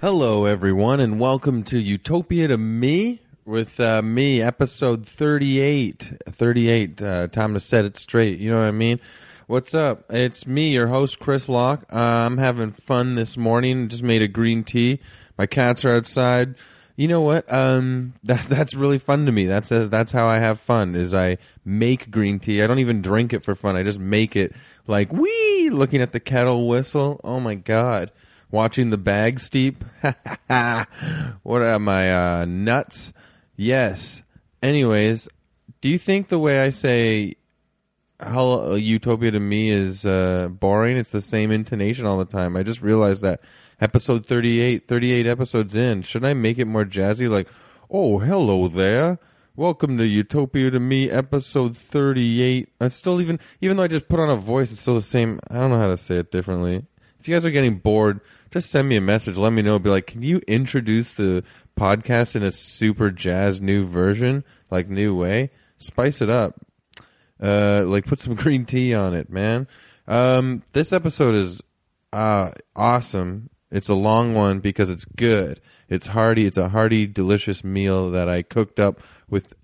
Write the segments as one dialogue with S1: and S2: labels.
S1: Hello, everyone, and welcome to Utopia to Me with uh, me, episode 38. 38, uh, time to set it straight. You know what I mean? What's up? It's me, your host, Chris Locke. Uh, I'm having fun this morning. Just made a green tea. My cats are outside. You know what? Um, that, that's really fun to me. That's uh, that's how I have fun. Is I make green tea. I don't even drink it for fun. I just make it. Like wee, looking at the kettle whistle. Oh my god! watching the bag steep. what am I uh, nuts? Yes. Anyways, do you think the way I say "hello utopia" to me is uh, boring? It's the same intonation all the time. I just realized that episode 38, 38 episodes in. Should I make it more jazzy? Like, oh, hello there. Welcome to Utopia to Me, episode 38. I still even, even though I just put on a voice, it's still the same. I don't know how to say it differently. If you guys are getting bored, just send me a message. Let me know. Be like, can you introduce the podcast in a super jazz new version, like new way? Spice it up. Uh, like put some green tea on it, man. Um, this episode is uh, awesome. It's a long one because it's good. It's hearty. It's a hearty, delicious meal that I cooked up with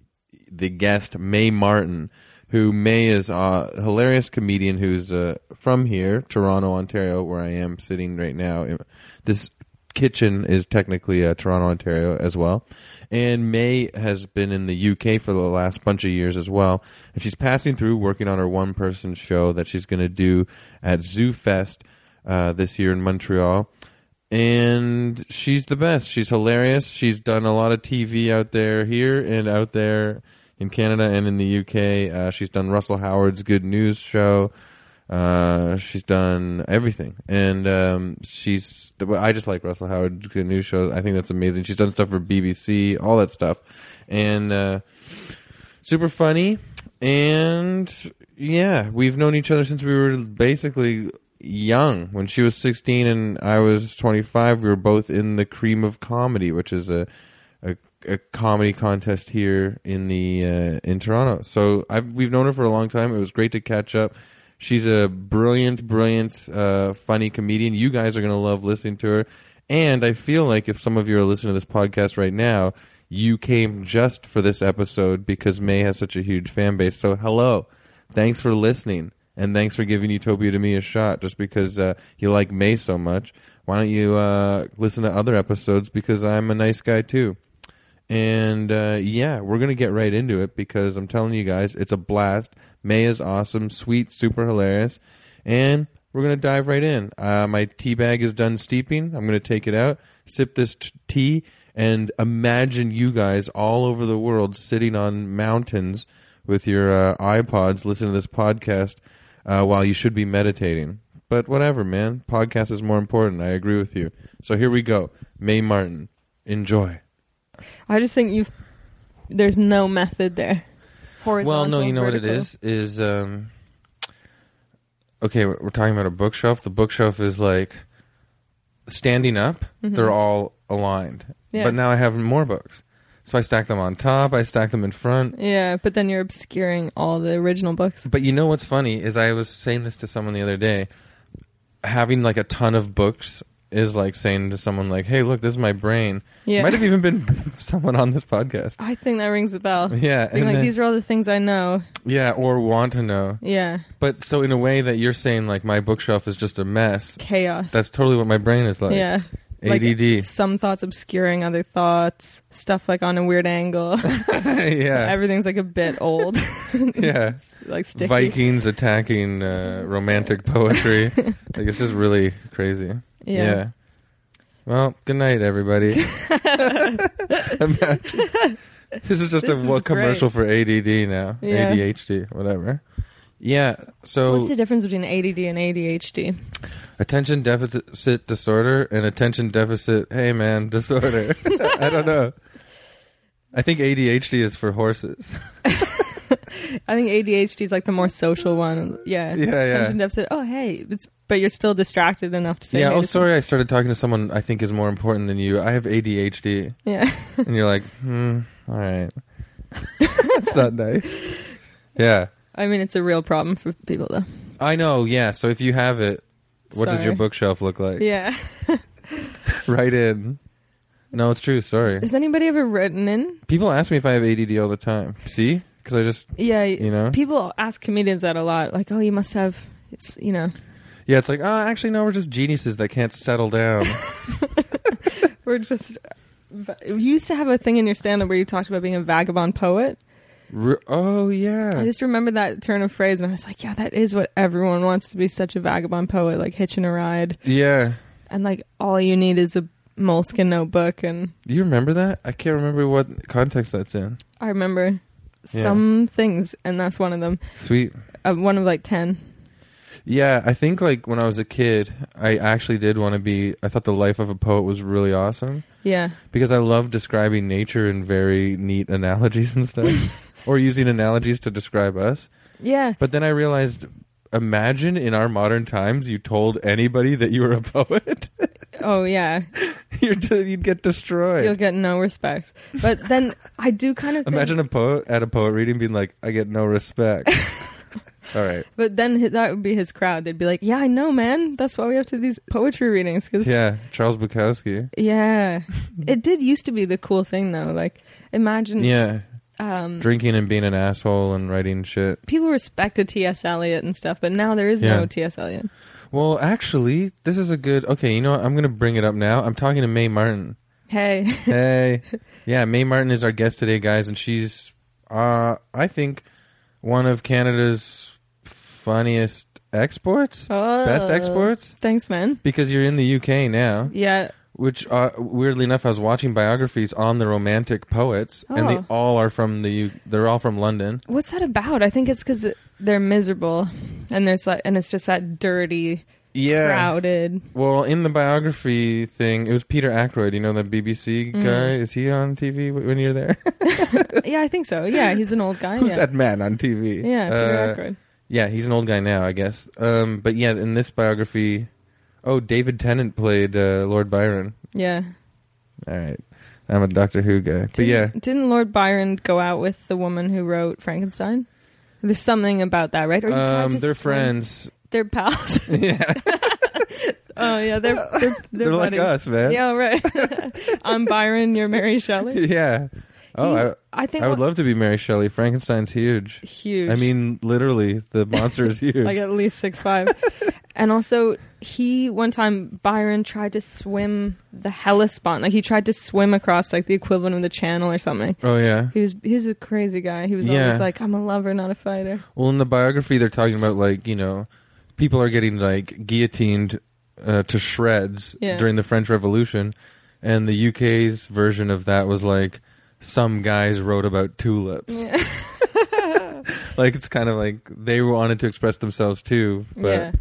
S1: the guest May Martin, who May is a hilarious comedian who's uh, from here, Toronto, Ontario, where I am sitting right now. This kitchen is technically uh, Toronto, Ontario as well. And May has been in the UK for the last bunch of years as well. And she's passing through working on her one person show that she's going to do at Zoo Fest uh, this year in Montreal. And she's the best. She's hilarious. She's done a lot of TV out there, here and out there in Canada and in the UK. Uh, she's done Russell Howard's Good News show. Uh, she's done everything, and um, she's. I just like Russell Howard's Good News show. I think that's amazing. She's done stuff for BBC, all that stuff, and uh, super funny. And yeah, we've known each other since we were basically young. When she was sixteen and I was twenty-five, we were both in the Cream of Comedy, which is a a, a comedy contest here in the uh, in Toronto. So I've, we've known her for a long time. It was great to catch up. She's a brilliant, brilliant, uh, funny comedian. You guys are gonna love listening to her. And I feel like if some of you are listening to this podcast right now, you came just for this episode because May has such a huge fan base. So hello, thanks for listening, and thanks for giving Utopia to me a shot. Just because uh, you like May so much, why don't you uh, listen to other episodes? Because I'm a nice guy too. And uh, yeah, we're going to get right into it because I'm telling you guys, it's a blast. May is awesome, sweet, super hilarious. And we're going to dive right in. Uh, my tea bag is done steeping. I'm going to take it out, sip this t- tea, and imagine you guys all over the world sitting on mountains with your uh, iPods listening to this podcast uh, while you should be meditating. But whatever, man. Podcast is more important. I agree with you. So here we go. May Martin, enjoy.
S2: I just think you've there's no method there. Horizontal.
S1: Well, no, you know what it
S2: vertical.
S1: is is um okay. We're we're talking about a bookshelf. The bookshelf is like standing up. They're all aligned.
S2: Mm-hmm. Yeah.
S1: But now I have more books, so I stack them on top. I stack them in front.
S2: Yeah, but then you're obscuring all the original books.
S1: But you know what's funny is I was saying this to someone the other day. Having like a ton of books is like saying to someone like, "Hey, look, this is my brain."
S2: Yeah.
S1: Might have even been someone on this podcast.
S2: I think that rings a bell.
S1: Yeah,
S2: Being
S1: and
S2: like
S1: then-
S2: these are all the things I know.
S1: yeah, or want to know.
S2: Yeah,
S1: But so in a way that you're saying like my bookshelf is just a mess.
S2: chaos.
S1: That's totally what my brain is like.
S2: yeah. Like,
S1: ADD.
S2: some thoughts obscuring other thoughts, stuff like on a weird angle.
S1: yeah.
S2: Everything's like a bit old,
S1: Yeah.
S2: like sticky.
S1: Vikings attacking uh, romantic poetry. like it's just really crazy. Yeah.
S2: Yeah.
S1: Well, good night everybody. Imagine- this is just
S2: This
S1: a
S2: is
S1: well,
S2: great.
S1: commercial for ADD now.
S2: Yeah.
S1: ADHD, whatever. Yeah. So
S2: What's the difference between ADD and ADHD?
S1: attention deficit disorder and attention deficit hey man disorder i don't know i think adhd is for horses
S2: I think ADHD is like the more social one. Yeah.
S1: Yeah, yeah.
S2: Attention deficit. Oh, hey, it's, but you're still distracted enough to say.
S1: yeah
S2: hey
S1: oh
S2: to
S1: sorry i started talking to someone i think is more important than you i have adhd
S2: some- Yeah.
S1: and you're like hmm all right that's not nice yeah
S2: I mean, it's a real problem for people, though.
S1: i know yeah so if you have it what does
S2: Sorry.
S1: your bookshelf look like
S2: Yeah.
S1: Right in. No, it's true. Sorry.
S2: Has anybody ever written in?
S1: People ask me if I have ADD all the time. See? Because I just,
S2: Yeah,
S1: you know?
S2: people ask comedians that a lot. Like, oh, you must have. It's you know,
S1: Yeah, it's like, oh, actually, no, we're just geniuses that can't settle down.
S2: we're just. You used to have a thing in your stand-up where you talked about being a vagabond poet.
S1: R- oh,
S2: I
S1: yeah.
S2: just remember that turn of phrase, and I was like, yeah, that is what everyone wants to be such a vagabond poet, like hitching a ride,
S1: Yeah.
S2: and like all you need is a moleskin notebook. And
S1: Do you remember that? I can't remember what context that's in.
S2: I remember
S1: Yeah.
S2: some things, and that's one of them.
S1: Sweet.
S2: Uh, one of like ten.
S1: Yeah, I think like when I was a kid, I actually did want to be. I thought the life of a poet was really awesome
S2: Yeah,
S1: because I love describing nature in very neat analogies and stuff, or using analogies to describe us.
S2: yeah.
S1: But then I realized, imagine in our modern times, you told anybody that you were a poet,
S2: Oh yeah.
S1: you're d you'd get destroyed.
S2: You'll get no respect. But then I do kind of think-
S1: Imagine a poet at a poet reading being like, "I get no respect." All right,
S2: But then hi- that would be his crowd. They'd be like, "Yeah, I know, man. That's why we have to do these poetry readings." 'cause-
S1: yeah, Charles Bukowski.
S2: yeah. it did used to be the cool thing though. Like, imagine
S1: Yeah,
S2: um,
S1: drinking and being an asshole and writing shit.
S2: people respected T.S. Eliot and stuff, but now there is
S1: Yeah.
S2: no T.S. Eliot.
S1: Well, actually, this is a good. Okay, you know what? I'm going to bring it up now. I'm talking to Mae Martin.
S2: Hey,
S1: Hey. yeah, Mae Martin is our guest today, guys, and she's, uh, I think, one of Canada's funniest exports,
S2: oh,
S1: best exports,
S2: Thanks, man.
S1: because you're in the UK now,
S2: Yeah,
S1: which, uh, weirdly enough, I was watching biographies on the Romantic poets, and they
S2: Oh.
S1: all are from the U. They're all from London.
S2: what's that about? I think it's because they're miserable, and there's like, and it's just that dirty,
S1: Yeah.
S2: crowded.
S1: Well, in the biography thing, it was Peter Ackroyd. You know that BBC
S2: Mm.
S1: guy. Is he on TV wh- when you're there?
S2: yeah, I think so. Yeah, he's an old guy.
S1: Who's
S2: Oh, yeah.
S1: that man on TV?
S2: Yeah, Peter
S1: Uh,
S2: Ackroyd.
S1: yeah, he's an old guy now, I guess. Um, but yeah, in this biography, oh, David Tennant played uh, Lord Byron.
S2: Yeah.
S1: All right, I'm a Doctor Who guy. But
S2: Didn't,
S1: yeah,
S2: Didn't Lord Byron go out with the woman who wrote Frankenstein? There's something about that, right? Or you tried
S1: um,
S2: to
S1: they're
S2: swim-
S1: friends.
S2: They're pals.
S1: yeah,
S2: oh yeah, they're they're, they're,
S1: they're like
S2: buddies.
S1: us, man.
S2: Yeah, right. I'm Byron. You're Mary Shelley.
S1: Yeah. Oh,
S2: He-
S1: I,
S2: I think
S1: I would
S2: one-
S1: love to be Mary Shelley. Frankenstein's huge.
S2: huge.
S1: I mean, literally, the monster is huge.
S2: like at least six five. and also, he one time Byron tried to swim the Hellespont. Like he tried to swim across like the equivalent of the Channel or something.
S1: oh yeah.
S2: He was he was a crazy guy. He was
S1: Yeah.
S2: always like, I'm a lover, not a fighter.
S1: Well, in the biography, they're talking about like you know, people are getting like guillotined uh, to shreds
S2: Yeah.
S1: during the French Revolution, and the UK's version of that was like some guys wrote about tulips.
S2: Yeah.
S1: Like it's kind of like they wanted to express themselves too, but
S2: yeah.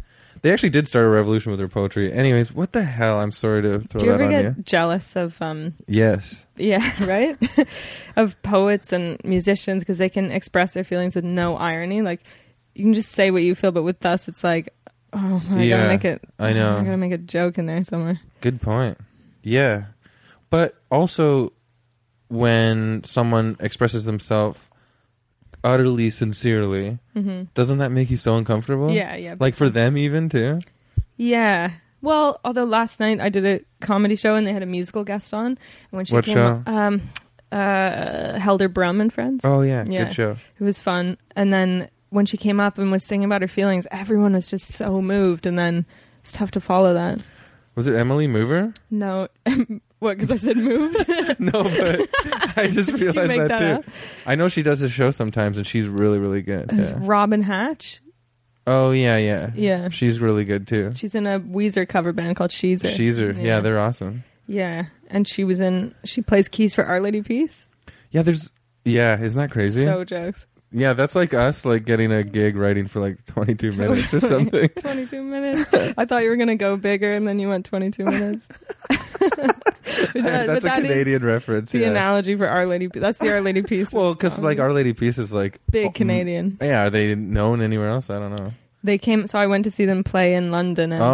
S1: they actually did start a revolution with their poetry. Anyways, what the hell? I'm sorry to throw
S2: Do you
S1: that
S2: ever
S1: on
S2: get
S1: you.
S2: jealous of um
S1: Yes.
S2: yeah, right? of poets and musicians because they can express their feelings with no irony. Like you can just say what you feel, but with us it's like oh I
S1: Yeah,
S2: gotta make it
S1: I know.
S2: I gotta make a joke in there somewhere.
S1: Good point. Yeah. But also when someone expresses themselves utterly sincerely,
S2: hmm
S1: doesn't that make you so uncomfortable?
S2: yeah, yeah.
S1: Like for them even too?
S2: Yeah. Well, although last night I did a comedy show and they had a musical guest on and when she
S1: What
S2: came
S1: show?
S2: um uh Helder Brum and Friends.
S1: Oh yeah,
S2: Yeah.
S1: good show.
S2: It was fun. And then when she came up and was singing about her feelings, everyone was just so moved. And then it's tough to follow that.
S1: Was it Emily Mover?
S2: No, what? Because I said moved.
S1: no, but I just
S2: Did you
S1: realized
S2: make
S1: that,
S2: that
S1: too.
S2: up?
S1: I know she does a show sometimes and she's really really good.
S2: It was
S1: Yeah.
S2: Robin Hatch.
S1: Oh yeah, yeah.
S2: Yeah.
S1: She's really good too.
S2: She's in a Weezer cover band called Sheezer.
S1: She's her.
S2: Yeah.
S1: yeah, they're awesome.
S2: yeah, and she was in. She plays keys for Our Lady Peace.
S1: Yeah, there's yeah, isn't that crazy?
S2: So jokes.
S1: Yeah, that's like us like getting a gig writing for like 22 minutes or
S2: Totally.
S1: something.
S2: Twenty-two minutes. I thought you were gonna go bigger, and then you went twenty-two minutes. But that- but
S1: that's a
S2: that is
S1: Canadian reference.
S2: The
S1: yeah.
S2: analogy for Our Lady. Pe- That's the Our Lady Peace.
S1: well, because like Our Lady Peace is like
S2: big
S1: oh,
S2: Canadian.
S1: mm, Yeah, are they known anywhere else? I don't know.
S2: They came, so I went to see them play in London. And,
S1: oh,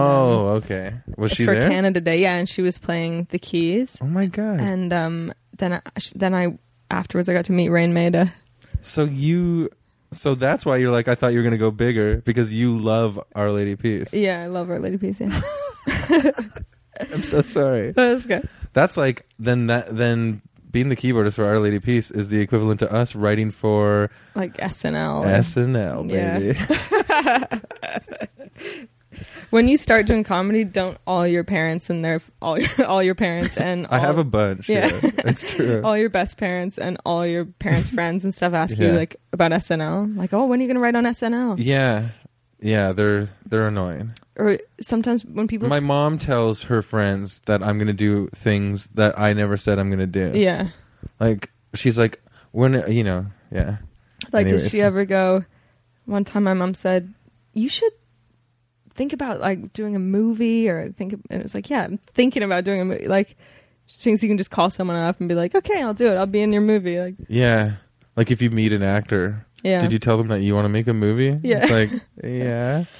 S2: um,
S1: okay. Was she
S2: for
S1: there?
S2: Canada Day? Yeah, and she was playing the keys.
S1: oh my god.
S2: And um, then, I, then I afterwards I got to meet Rain Maida.
S1: so you, so that's why you're like I thought you were gonna go bigger because you love Our Lady Peace.
S2: Yeah, I love Our Lady Peace. Yeah.
S1: I'm so sorry.
S2: Let's go.
S1: That's like then that then being the keyboardist for Our Lady Peace is the equivalent to us writing for
S2: Like SNL.
S1: SNL,
S2: Yeah.
S1: baby.
S2: When you start doing comedy, don't all your parents and their all your, all your parents and all,
S1: I have a bunch. Yeah,
S2: Yeah.
S1: it's true.
S2: all your best parents and all your parents' friends and stuff ask you
S1: Yeah.
S2: like about SNL, like oh when are you gonna write on SNL?
S1: yeah, yeah, they're they're annoying.
S2: Or sometimes when people
S1: My mom tells her friends that I'm gonna do things that I never said I'm gonna do.
S2: yeah
S1: like she's like when you know, yeah.
S2: like does
S1: Anyways.
S2: she ever go? One time my mom said you should think about like doing a movie or think ab-" and it was like yeah I'm thinking about doing a movie like she thinks you can just call someone up and be like okay I'll do it I'll be in your movie like
S1: Yeah. Like if you meet an actor,
S2: yeah
S1: did you tell them that you want to make a movie?
S2: Yeah.
S1: It's like, yeah.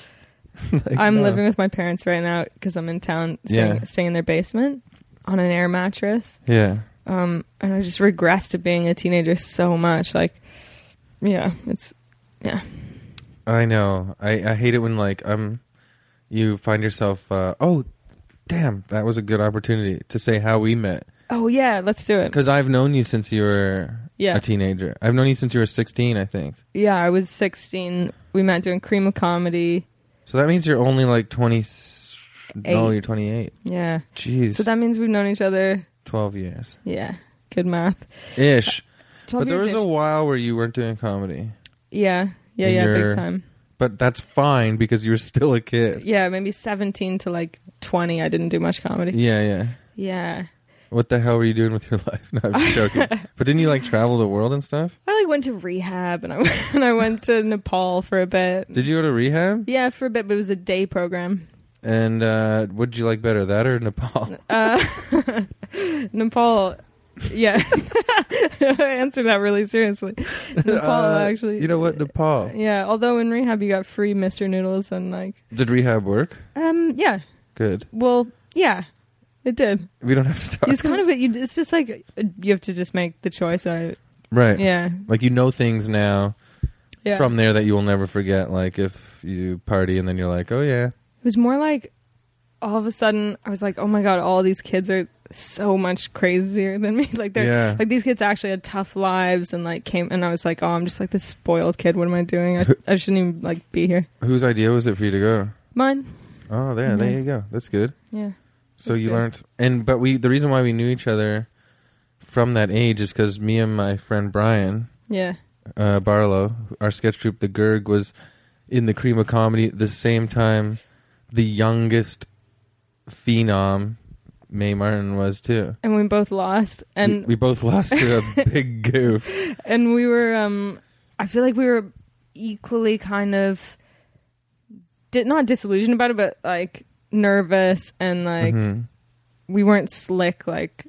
S1: Like,
S2: I'm
S1: no.
S2: living with my parents right now because I'm in town, staying,
S1: Yeah.
S2: staying in their basement on an air mattress.
S1: Yeah.
S2: Um, and I just regress to being a teenager so much. Like, yeah, it's
S1: I know. I, I hate it when like um you find yourself uh oh damn, that was a good opportunity to say how we met.
S2: oh yeah, let's do it.
S1: Cuz I've known you since you were
S2: Yeah,
S1: a teenager. I've known you since you were 16, I think.
S2: yeah. I was 16. We met doing cream of comedy.
S1: So that means you're only like 20 s- No,
S2: Eight.
S1: you're 28.
S2: Yeah,
S1: Jeez.
S2: so that means we've known each other.
S1: 12 years.
S2: Yeah, good math.
S1: Ish.
S2: Twelve
S1: But there
S2: years.
S1: was a
S2: ish.
S1: while where you weren't doing comedy.
S2: yeah, yeah,
S1: in
S2: yeah,
S1: your-
S2: big time.
S1: But that's fine because you were still a kid.
S2: Yeah, maybe 17 to like 20. I didn't do much comedy.
S1: Yeah, yeah.
S2: Yeah.
S1: What the hell were you doing with your life? No, I'm just joking. but didn't you like travel the world and stuff?
S2: I like went to rehab and I went, and I went to Nepal for a bit.
S1: Did you go to rehab?
S2: Yeah, for a bit, but it was a day program.
S1: And uh, what did you like better, that or Nepal?
S2: Uh, Nepal, yeah, I answered that really seriously. Nepal,
S1: Uh,
S2: actually,
S1: You know what, Nepal.
S2: yeah. Although in rehab you got free Mr. Noodles and like,
S1: Did rehab work?
S2: um, yeah.
S1: Good.
S2: Well, yeah, it did.
S1: We don't have to talk.
S2: It's kind of a, you, it's just like uh, you have to just make the choice. I
S1: right.
S2: yeah
S1: Like you know things now
S2: yeah.
S1: from there that you will never forget. Like if you party and then you're like, oh yeah.
S2: It was more like all of a sudden I was like, oh my god, all these kids are so much crazier than me. Like they're
S1: Yeah.
S2: like these kids actually had tough lives and like came and I was like, oh, I'm just like this spoiled kid. What am I doing? I, I shouldn't even like be here.
S1: Whose idea was it for you to go?
S2: Mine.
S1: Oh, there, there
S2: Mhm.
S1: you go. That's good.
S2: Yeah.
S1: So
S2: That's
S1: you
S2: good.
S1: learned, and but we the reason why we knew each other from that age is because me and my friend Brian
S2: Yeah.
S1: uh, Barlow, our sketch troupe, the Gerg, was in the cream of comedy at the same time. The youngest phenom, May Martin, was too.
S2: And we both lost. And
S1: we, we both lost to a big goof.
S2: and we were um i feel like we were equally kind of did not disillusioned about it but like nervous and like
S1: Mhm.
S2: we weren't slick like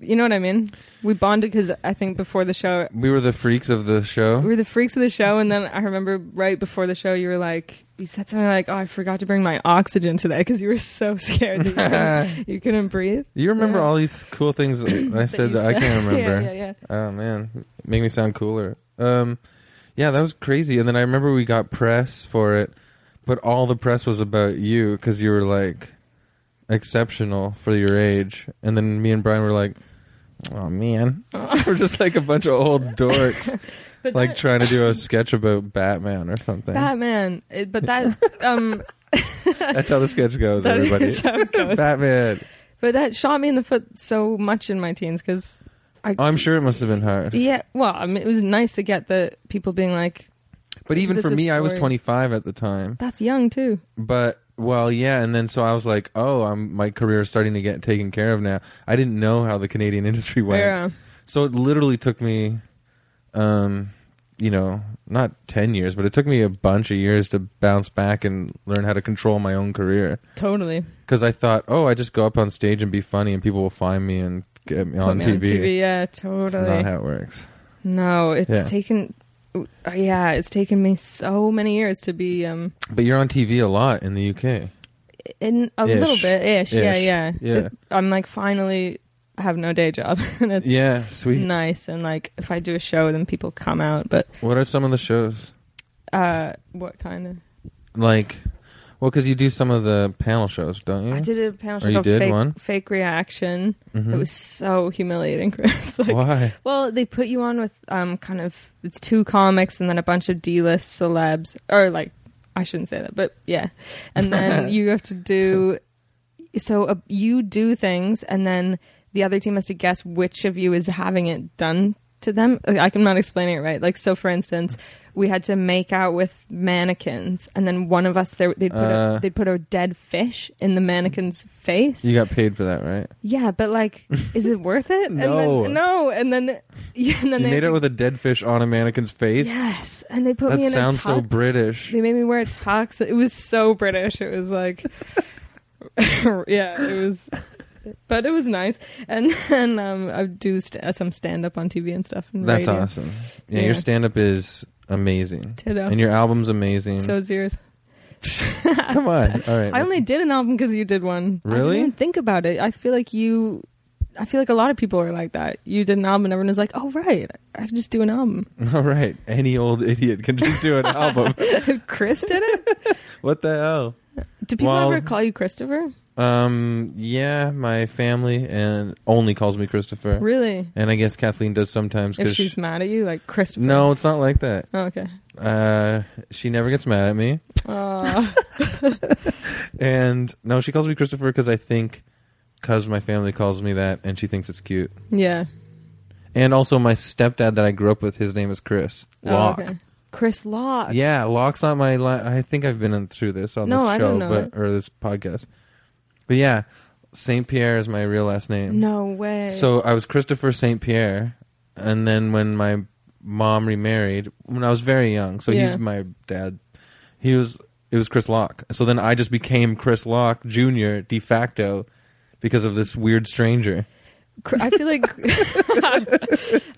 S2: you know what i mean we bonded because i think before the show
S1: We were the freaks of the show.
S2: we were the freaks of the show and then i remember right before the show you were like you said something like oh i forgot to bring my oxygen today because you were so scared that you couldn't- you couldn't breathe
S1: you remember
S2: Yeah.
S1: all these cool things that I said
S2: you
S1: that I can't
S2: Yeah,
S1: remember.
S2: yeah yeah
S1: Oh man, make me sound cooler. Um, yeah, that was crazy. And then I remember we got press for it, but all the press was about you because you were like exceptional for your age. And then me and Brian were like, "Oh man, we're just like a bunch of old dorks,
S2: But
S1: like trying to do a sketch about Batman or something."
S2: batman it, but that um
S1: That's how the sketch goes,
S2: that is
S1: everybody.
S2: how it goes.
S1: Batman.
S2: But that shot me in the foot so much in my teens because I.
S1: I'm sure it must have been hard,
S2: Yeah, well, I mean, it was nice to get the people being like,
S1: but
S2: Is
S1: even
S2: this
S1: for
S2: a
S1: me, I was
S2: story?
S1: 25 at the time.
S2: "That's young too."
S1: but well yeah and then so i was like oh i'm my career is starting to get taken care of now i didn't know how the canadian industry went
S2: Yeah,
S1: so it literally took me um you know not 10 years but it took me a bunch of years to bounce back and learn how to control my own career
S2: totally.
S1: because i thought oh i just go up on stage and be funny and people will find me and get me,
S2: Put
S1: on,
S2: me
S1: TV.
S2: Yeah,
S1: That's not
S2: totally.
S1: how it works
S2: no, it's
S1: Yeah.
S2: taken. uh, Yeah, it's taken me so many years to be um
S1: but you're on tv a lot in the uk
S2: in a
S1: Ish.
S2: little bit ish. Yeah,
S1: Ish.
S2: yeah.
S1: Yeah.
S2: It- I'm like finally have no day job, and it's
S1: yeah sweet
S2: nice. And like if I do a show, then people come out. But
S1: what are some of the shows
S2: uh, what kind of?
S1: like Well, because you do some of the panel shows, don't you?
S2: I did a panel
S1: Oh,
S2: show
S1: you
S2: called
S1: did
S2: fake,
S1: one?
S2: fake Reaction.
S1: Mhm.
S2: It was so humiliating, Chris. Like,
S1: Why?
S2: Well, they put you on with um, kind of it's two comics and then a bunch of D list celebs, or like I shouldn't say that, but yeah, and then you have to do so uh, you do things, and then the other team has to guess which of you is having it done to them. Like, I- I'm not explaining it right. Like so, for instance. We had to make out with mannequins, and then one of us there they'd put
S1: Uh.
S2: a, they'd put a dead fish in the mannequin's face,
S1: You got paid for that, right?
S2: yeah, but like, is it worth it?
S1: No.
S2: And then, no. And then, yeah, and then
S1: you
S2: they
S1: made it with a dead fish on a mannequin's face.
S2: yes, and they put
S1: that
S2: me in a
S1: sounds so
S2: tux.
S1: British.
S2: They made me wear a tux. It was so British. It was like, yeah, it was, but it was nice. And then um, I do st- uh, some stand up on TV and stuff. And
S1: That's
S2: radio.
S1: awesome. Yeah,
S2: Yeah.
S1: your stand up is amazing.
S2: Ditto.
S1: And your album's amazing.
S2: So is yours.
S1: Come on. All right.
S2: I only did an album because you did one. I
S1: Really?
S2: didn't even think about it. I feel like you. I feel like a lot of people are like that. You did an album, and everyone was like, "Oh right, I can just do an album."
S1: All right. Any old idiot can just do an album.
S2: Chris did it.
S1: What the hell?
S2: Do people
S1: Well-
S2: ever call you Christopher?
S1: Um. Yeah, my family and only calls me Christopher,
S2: Really?
S1: and I guess Kathleen does sometimes.
S2: If
S1: 'cause
S2: she's
S1: she-
S2: mad at you, like Christopher?
S1: no, it's not like that.
S2: Oh, okay.
S1: Uh, she never gets mad at me,
S2: Uh,
S1: and no, she calls me Christopher because I think because my family calls me that, and she thinks it's cute.
S2: yeah.
S1: And also, my stepdad that I grew up with, his name is Chris
S2: Oh,
S1: Locke.
S2: okay. Chris Locke.
S1: Yeah, Locke's not my. Li- I think I've been in through this on
S2: No,
S1: this
S2: I
S1: show,
S2: don't know
S1: but or this podcast. But yeah, Saint Pierre is my real last name.
S2: No way.
S1: So I was Christopher Saint Pierre, and then when my mom remarried, when I was very young, so
S2: Yeah.
S1: he's my dad. He was it was Chris Locke. So then I just became Chris Locke Junior de facto because of this weird stranger.
S2: Cr- I feel like I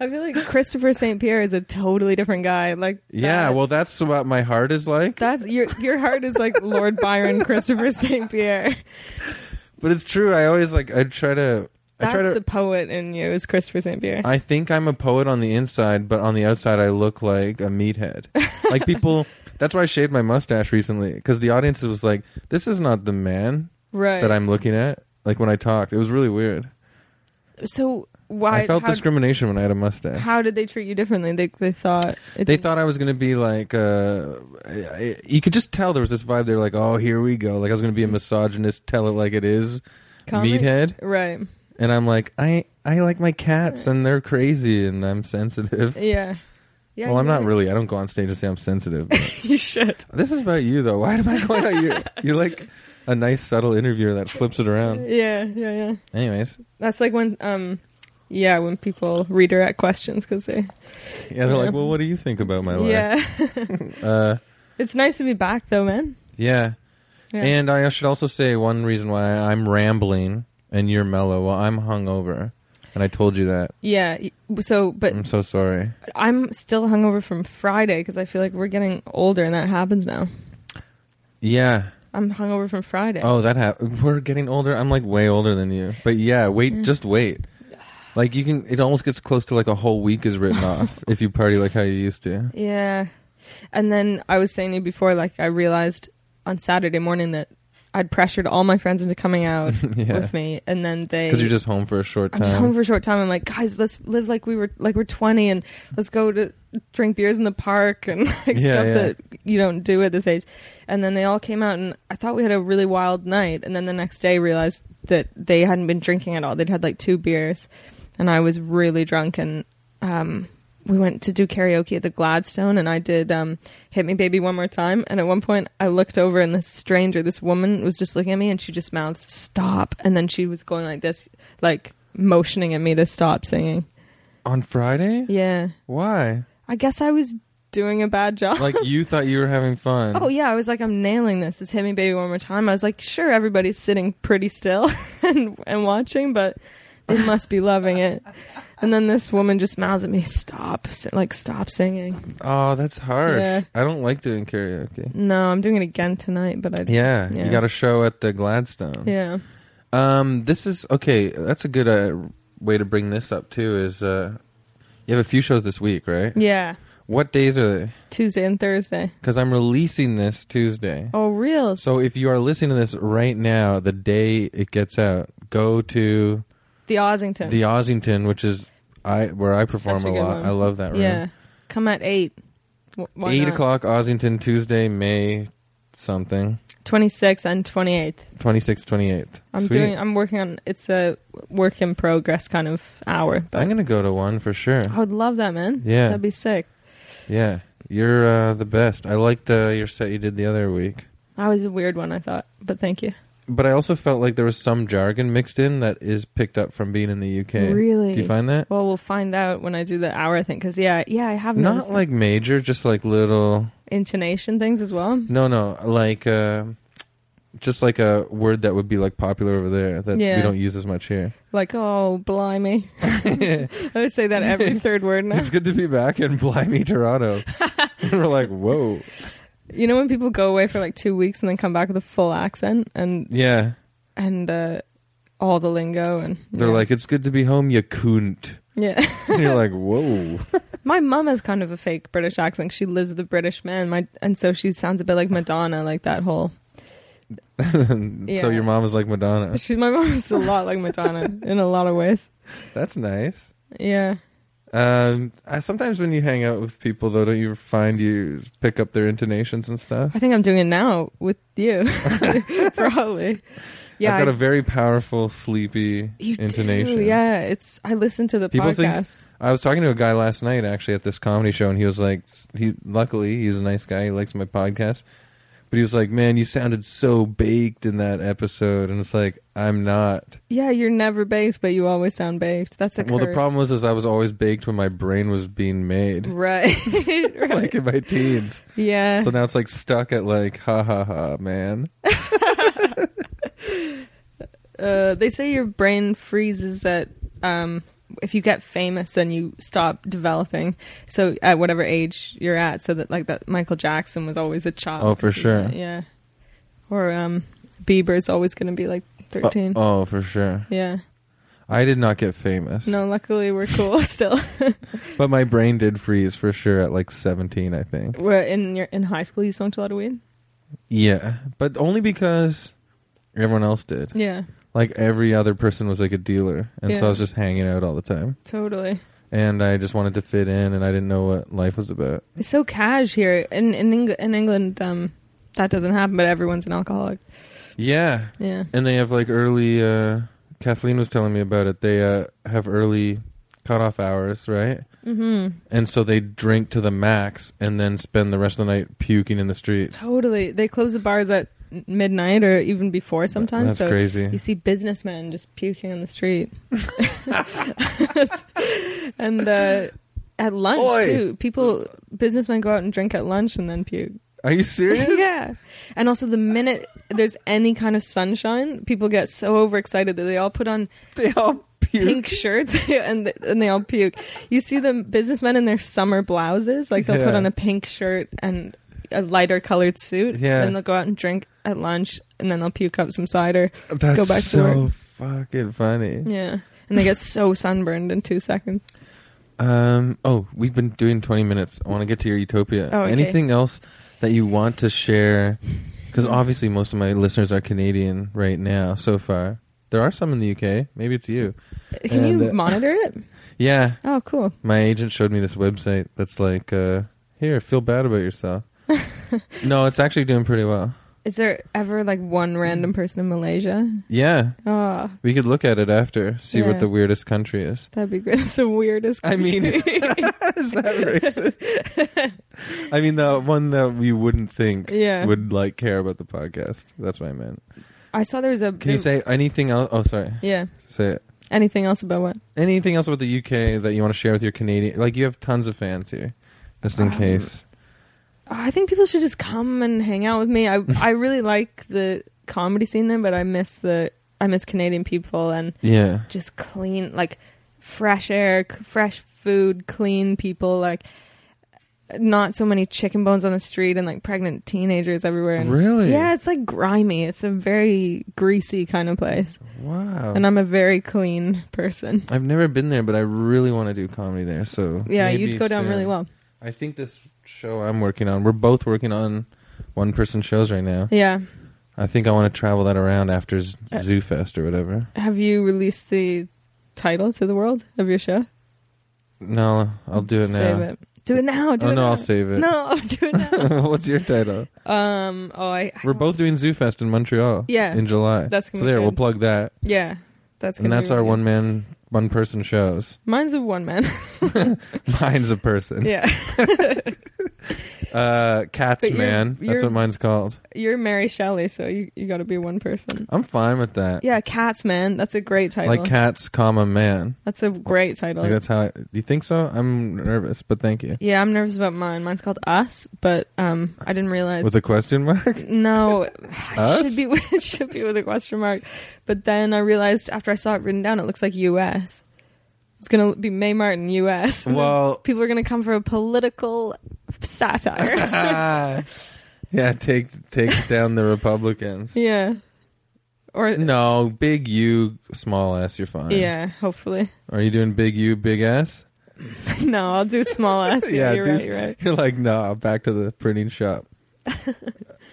S2: feel like Christopher St. Pierre is a totally different guy. Like
S1: Yeah,
S2: that-
S1: well, that's what my heart is like.
S2: that's your your heart is like Lord Byron Christopher St. Pierre.
S1: but it's true. I always like I try to. I
S2: That's
S1: try to,
S2: the poet in you is Christopher St. Pierre.
S1: I think I'm a poet on the inside, but on the outside, I look like a meathead. like people, that's why I shaved my mustache recently because the audience was like, "This is not the man
S2: right.
S1: that I'm looking at." Like when I talked, it was really weird.
S2: so why
S1: I felt
S2: how,
S1: discrimination when I had a mustache.
S2: how did they treat you differently? They they thought it
S1: they thought I was going to be like, uh, I- I- you could just tell there was this vibe. They were like, "Oh, here we go!" Like I was going to be a misogynist, tell it like it is,
S2: comic-
S1: meathead.
S2: Right.
S1: And I'm like, I I like my cats, and they're crazy, and I'm sensitive.
S2: Yeah. Yeah.
S1: well, I'm
S2: you're
S1: not
S2: right.
S1: really. I don't go on stage and say I'm sensitive.
S2: you should.
S1: This is about you, though. Why am I going on you? You're like a nice, subtle interviewer that flips it around.
S2: Yeah, yeah, yeah.
S1: Anyways,
S2: That's like when, um, yeah, when people redirect questions because they,
S1: yeah, they're like, well, what do you think about my life?
S2: yeah,
S1: Uh,
S2: it's nice to be back though, man.
S1: yeah.
S2: Yeah.
S1: And I should also say one reason why I'm rambling and you're mellow. Well, I'm hungover, and I told you that.
S2: yeah. y- So, but
S1: I'm so sorry.
S2: I'm still hungover from Friday because I feel like we're getting older and that happens now.
S1: Yeah.
S2: I'm hungover from Friday.
S1: Oh, that happened. We're getting older. I'm like way older than you. But yeah, wait,
S2: Mm.
S1: just wait. Like you can, it almost gets close to like a whole week is written off if you party like how you used to.
S2: Yeah. And then I was saying to you before, like, I realized on Saturday morning that I'd pressured all my friends into coming out
S1: yeah,
S2: with me, and then they
S1: because you're just home for a short
S2: I'm
S1: time.
S2: just home for a short time. I'm like, guys, let's live like we were like we're 20 and let's go to drink beers in the park and like
S1: Yeah,
S2: stuff
S1: yeah.
S2: that you don't do at this age. And then they all came out and I thought we had a really wild night. And then the next day realized that they hadn't been drinking at all. They'd had like two beers, and I was really drunk. And um, we went to do karaoke at the Gladstone, and I did um, "Hit Me, Baby, One More Time." And at one point, I looked over, and this stranger, this woman, was just looking at me, and she just mouths "Stop," and then she was going like this, like motioning at me to stop singing.
S1: On Friday?
S2: Yeah,
S1: Why?
S2: I guess I was doing a bad job.
S1: Like you thought you were having fun.
S2: Oh yeah, I was like, I'm nailing this. It's hit me, baby, one more time. I was like, sure, everybody's sitting pretty still and and watching, but they must be loving it. And then this woman just mouths at me, "Stop!" si- Like, stop singing.
S1: Oh, that's harsh.
S2: Yeah.
S1: I don't like doing karaoke.
S2: No, I'm doing it again tonight, but I
S1: Yeah,
S2: Yeah.
S1: you got a show at the Gladstone.
S2: yeah.
S1: Um, this is okay. That's a good uh, way to bring this up too. Is uh, you have a few shows this week, right?
S2: Yeah.
S1: What days are they?
S2: Tuesday and Thursday.
S1: Because I'm releasing this Tuesday.
S2: Oh, real?
S1: So if you are listening to this right now, the day it gets out, go to
S2: The Ossington.
S1: the Ossington, which is I where I perform
S2: Such
S1: a,
S2: a good
S1: lot.
S2: one.
S1: I love that room.
S2: yeah. Come at eight. Wh- Why
S1: Eight
S2: not?
S1: o'clock Ossington Tuesday, May something.
S2: 26th and 28th.
S1: 26th, 28th.
S2: I'm
S1: Sweet.
S2: doing. I'm working on. It's a work in progress kind of hour. But
S1: I'm gonna go to one for sure.
S2: I would love that, man.
S1: Yeah.
S2: Oh, that'd be sick.
S1: Yeah, you're uh, the best. I liked uh, your set you did the other week,
S2: That was a weird one, I thought, but thank you.
S1: but I also felt like there was some jargon mixed in that is picked up from being in the UK.
S2: Really?
S1: Do you find that?
S2: Well, we'll find out when I do the hour thing, because yeah, yeah, I have
S1: Not
S2: noticed
S1: like major, just like little.
S2: intonation things as well.
S1: No, no, like uh, just like a word that would be like popular over there that
S2: Yeah.
S1: we don't use as much here.
S2: Like, oh, blimey, I say that every third word now.
S1: It's good to be back in Blimey, Toronto. and we're like, whoa,
S2: You know when people go away for like two weeks and then come back with a full accent and
S1: yeah.
S2: and uh, all the lingo and
S1: They're
S2: yeah.
S1: like, it's good to be home, you coont.
S2: yeah.
S1: And you're like, whoa.
S2: My mum has kind of a fake British accent. She lives with a British man, my, and so she sounds a bit like Madonna, like that whole. Yeah.
S1: So your mom is like Madonna.
S2: She, my mom is a lot like Madonna in a lot of ways.
S1: That's nice.
S2: Yeah,
S1: Um, I, sometimes when you hang out with people, though, don't you find you pick up their intonations and stuff?
S2: I think I'm doing it now with you, probably. Yeah,
S1: I've got
S2: I-
S1: a very powerful sleepy
S2: you do.
S1: intonation.
S2: Yeah, it's. I listen to the
S1: People think-
S2: podcast.
S1: I was talking to a guy last night actually at this comedy show, and he was like, he luckily he's a nice guy, he likes my podcast, but he was like, man, you sounded so baked in that episode, and it's like I'm not.
S2: yeah, you're never baked, but you always sound baked. That's a
S1: well, the
S2: curse.
S1: problem was is I was always baked when my brain was being made,
S2: right? right. Eh.
S1: like in my teens.
S2: yeah.
S1: So now it's like stuck at like ha ha ha man.
S2: Uh, they say your brain freezes at um, if you get famous and you stop developing. So at whatever age you're at, so that like that Michael Jackson was always a child.
S1: Oh, for sure.
S2: Yeah. Or um, Bieber's always going to be like thirteen.
S1: Oh, for sure.
S2: Yeah.
S1: I did not get famous.
S2: No, luckily we're cool still.
S1: But my brain did freeze for sure at like 17, I think.
S2: we're in your in high school. You smoked a lot of weed.
S1: Yeah. But only because everyone else did.
S2: Yeah,
S1: Like every other person was like a dealer. And so
S2: Yeah.
S1: I was just hanging out all the time.
S2: totally.
S1: And I just wanted to fit in and I didn't know what life was about.
S2: It's so cash here in in, Eng- in England. Um, that doesn't happen, but everyone's an alcoholic.
S1: Yeah.
S2: Yeah.
S1: And they have like early, uh, Kathleen was telling me about it. They uh, have early cutoff hours, right?
S2: hmm
S1: And so they drink to the max and then spend the rest of the night puking in the streets.
S2: Totally. They close the bars at n- midnight or even before sometimes.
S1: That's
S2: so
S1: crazy.
S2: you see businessmen just puking on the street. and uh, at lunch,
S1: Oi.
S2: too. People, businessmen go out and drink at lunch and then puke.
S1: Are you serious?
S2: yeah. And also, the minute there's any kind of sunshine, people get so overexcited that they all put on
S1: They all puke.
S2: pink shirts and th- and they all puke. You see the businessmen in their summer blouses, like they'll put
S1: Yeah.
S2: on a pink shirt and a lighter colored suit,
S1: Yeah.
S2: and they'll go out and drink at lunch, and then they'll puke up some cider.
S1: That's
S2: Go back to
S1: so
S2: work.
S1: fucking funny.
S2: Yeah, and they get so sunburned in two seconds.
S1: Um. Oh, we've been doing twenty minutes. I want to get to your utopia.
S2: Oh, okay.
S1: Anything else that you want to share? Because
S2: Mm.
S1: obviously, most of my listeners are Canadian right now. So far, there are some in the UK. Maybe it's you.
S2: Can
S1: And,
S2: you
S1: uh,
S2: monitor it?
S1: Yeah,
S2: Oh, cool.
S1: my agent showed me this website that's like, uh, here, feel bad about yourself. no, it's actually doing pretty well.
S2: Is there ever like one
S1: Mm.
S2: random person in Malaysia?
S1: Yeah,
S2: Oh,
S1: we could look at it after, see
S2: Yeah.
S1: what the weirdest country is.
S2: that'd be great. the weirdest.
S1: I mean-
S2: country.
S1: is that racist? I mean, the one that you wouldn't think
S2: yeah.
S1: would like care about the podcast. That's what I meant.
S2: I saw there was a.
S1: Can you
S2: there-
S1: say anything else? Oh, sorry.
S2: Yeah.
S1: Say it.
S2: Anything else about what?
S1: Anything else about the UK that you want to share with your Canadian? Like you have tons of fans here, just in
S2: Um,
S1: case.
S2: I think people should just come and hang out with me. I I really like the comedy scene there, but I miss the I miss Canadian people and
S1: Yeah.
S2: just clean like fresh air, c- fresh food, clean people like not so many chicken bones on the street and like pregnant teenagers everywhere. And
S1: Really?
S2: Yeah, it's like grimy. It's a very greasy kind of place,
S1: Wow.
S2: and I'm a very clean person.
S1: I've never been there, but I really want to do comedy there. So
S2: Yeah,
S1: maybe
S2: you'd go down
S1: soon.
S2: really well.
S1: I think this show I'm working on, we're both working on one person shows right now.
S2: Yeah.
S1: I think I want to travel that around after Z-
S2: Uh,
S1: Zoo Fest or whatever.
S2: Have you released the title to the world of your show?
S1: No, I'll do it now.
S2: Save it. Do it now. Do
S1: oh
S2: it
S1: no,
S2: now.
S1: I'll save it.
S2: No, do it now.
S1: What's your title?
S2: um. Oh, I. I
S1: We're
S2: don't-
S1: both doing Zoo Fest in Montreal.
S2: Yeah.
S1: in July.
S2: That's gonna
S1: so
S2: be
S1: there.
S2: good.
S1: We'll plug that,
S2: Yeah. That's
S1: and
S2: gonna
S1: that's
S2: be
S1: our
S2: really-
S1: one man, one person shows.
S2: Mine's a one man.
S1: Mine's a person.
S2: yeah.
S1: Uh, cats
S2: But you're-
S1: man. That's
S2: you're-
S1: what mine's called.
S2: You're Mary Shelley, so you you got to be one person.
S1: I'm fine with that.
S2: Yeah, cats, man. That's a great title.
S1: Uh, like cats, comma man.
S2: that's a great title.
S1: Like that's how. I, you think so? I'm nervous, but thank you.
S2: yeah, I'm nervous about mine. Mine's called Us, but um, I didn't realize.
S1: With a question mark.
S2: no,
S1: Us?
S2: it should be with- it should be with a question mark. But then I realized after I saw it written down, it looks like U.S. It's gonna be May Martin U.S.
S1: well,
S2: people are gonna come for a political satire.
S1: yeah. Take take down the Republicans.
S2: yeah, or
S1: No, big U, small S. You're fine.
S2: yeah, hopefully.
S1: Are you doing big U, big S?
S2: no, I'll do small S.
S1: Yeah,
S2: yeah, you're
S1: do
S2: right.
S1: s-
S2: You're right.
S1: You're like, nah, back to the printing shop.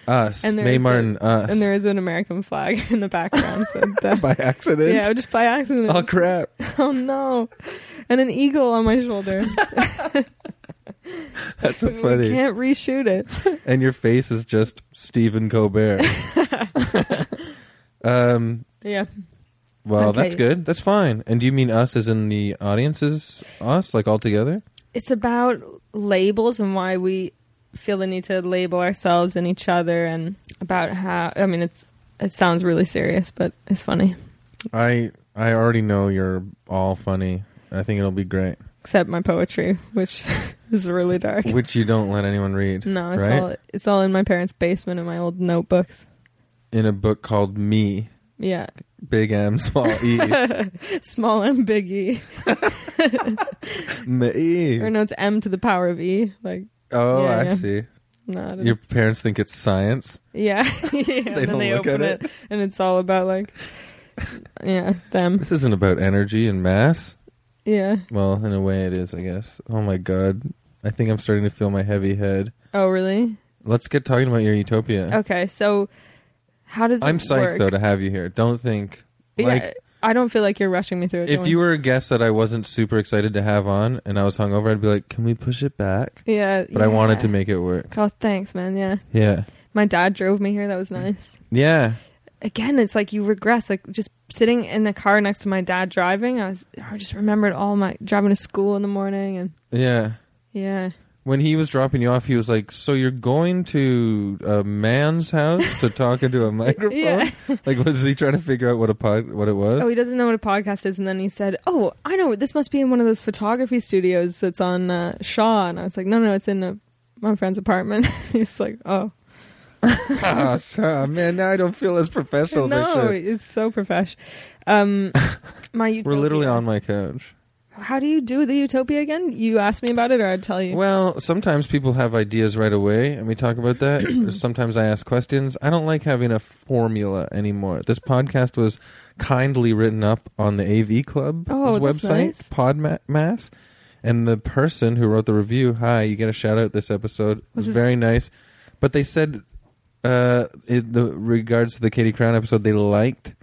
S1: us,
S2: And there
S1: May
S2: is a-
S1: Martin, us.
S2: And there is an American flag in the background. So that,
S1: by accident.
S2: yeah, just by accident.
S1: Oh crap!
S2: Oh no! And an eagle on my shoulder.
S1: That's so
S2: We
S1: funny.
S2: can't reshoot it.
S1: And your face is just Stephen Colbert. um.
S2: Yeah.
S1: Well,
S2: Okay.
S1: that's good. That's fine. And do you mean us as in the audiences, us, like all together?
S2: It's about labels and why we feel the need to label ourselves and each other, and about how. I mean, it's it sounds really serious, but it's funny.
S1: I I already know you're all funny. I think it'll be great.
S2: Except my poetry, which is really dark.
S1: Which you don't let anyone read.
S2: No, it's
S1: Right?
S2: all it's all in my parents' basement in my old notebooks.
S1: In a book called Me,
S2: Yeah,
S1: Big M, Small E.
S2: small m, big e.
S1: Me.
S2: Or no, it's m to the power of e. Like
S1: Oh,
S2: Yeah,
S1: I
S2: yeah.
S1: see.
S2: not.
S1: Your parents think it's science.
S2: Yeah. yeah. and then
S1: don't
S2: they
S1: look
S2: open
S1: at
S2: it. and it's all about like Yeah, them.
S1: This isn't about energy and mass.
S2: Yeah.
S1: Well, in a way, it is, I guess. Oh my god, I think I'm starting to feel my heavy head.
S2: Oh really?
S1: Let's get talking about your utopia.
S2: Okay, so how does
S1: I'm
S2: it
S1: psyched
S2: work?
S1: though to have you here. Don't think like
S2: yeah, I don't feel like you're rushing me through it.
S1: if
S2: don't
S1: you were a guest that I wasn't super excited to have on and I was hungover, I'd be like, "Can we push it back?"
S2: worry. Yeah.
S1: But I wanted
S2: yeah.
S1: to make it work.
S2: Oh, thanks, man. Yeah.
S1: Yeah,
S2: My dad drove me here, that was nice.
S1: yeah.
S2: Again, it's like you regress, like just sitting in the car next to my dad driving, I was I just remembered all my driving to school in the morning and
S1: Yeah.
S2: yeah.
S1: When he was dropping you off, he was like, "So you're going to a man's house to talk into a microphone?"
S2: Yeah.
S1: Like, was he trying to figure out what a pod, what it was?
S2: Oh, he doesn't know what a podcast is, and then he said, "Oh, I know. This must be in one of those photography studios that's on uh, Shaw." And I was like, "No, no, it's in a, my friend's apartment." he was like, "Oh,
S1: Ah, sorry, man, now I don't feel as professional as I
S2: no,
S1: should.
S2: it's so profesh." Um, my utopia.
S1: We're literally on my couch.
S2: How do you do the utopia again? You asked me about it, or I'd tell you.
S1: Well, sometimes people have ideas right away, and we talk about that. sometimes I ask questions. I don't like having a formula anymore. This podcast was kindly written up on the AV Club's
S2: Oh, that's
S1: website,
S2: nice.
S1: Podmass. And the person who wrote the review, hi, you get a shout out this episode. It was
S2: Was this-
S1: very nice. But they said, uh, in the regards to the Katie Crown episode, they liked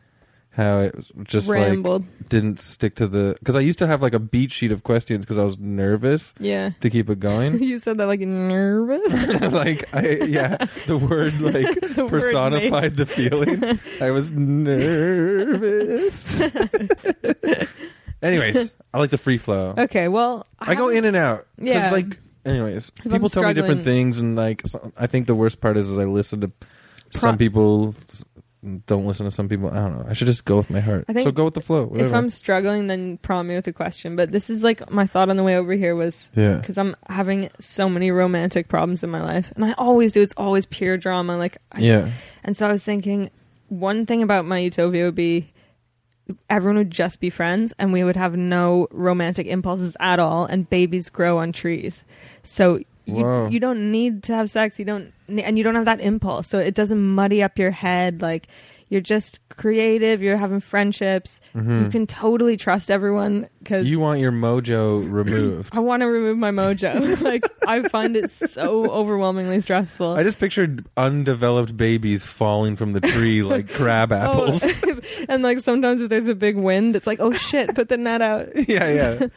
S1: how it was just like
S2: rambled.
S1: didn't stick to the because I used to have like a beat sheet of questions because I was nervous
S2: yeah,
S1: to keep it going.
S2: you said that like nervous.
S1: like I yeah, the word like
S2: The word
S1: personified the feeling. I was nervous. anyways, I like the free flow.
S2: made. Okay, well,
S1: I go
S2: haven't-
S1: in and out. 'Cause,
S2: Yeah.
S1: like anyways,
S2: I'm
S1: people tell me different
S2: struggling-
S1: things and like so, I think the worst part is, is I listen to some
S2: Pro-
S1: people don't listen to some people. I don't know. I should just go with my heart.
S2: I think
S1: so go with the flow.
S2: If
S1: whatever.
S2: I'm struggling, then prompt me with a question. But this is like my thought on the way over here was
S1: yeah.
S2: because I'm having so many romantic problems in my life, and I always do. It's always pure drama. Like, I,
S1: Yeah.
S2: And so I was thinking, one thing about my utopia would be everyone would just be friends, and we would have no romantic impulses at all, and babies grow on trees. So.
S1: Whoa.
S2: You, you don't need to have sex you don't ne- and you don't have that impulse so it doesn't muddy up your head like You're just creative. You're having friendships. You can totally trust everyone because
S1: Mm-hmm. Hmm. You want your mojo removed.
S2: I want to remove my mojo. like I find it so overwhelmingly stressful.
S1: I just pictured undeveloped babies falling from the tree like crab apples.
S2: Oh, and like sometimes if there's a big wind, it's like, oh shit, put the net out.
S1: yeah, yeah.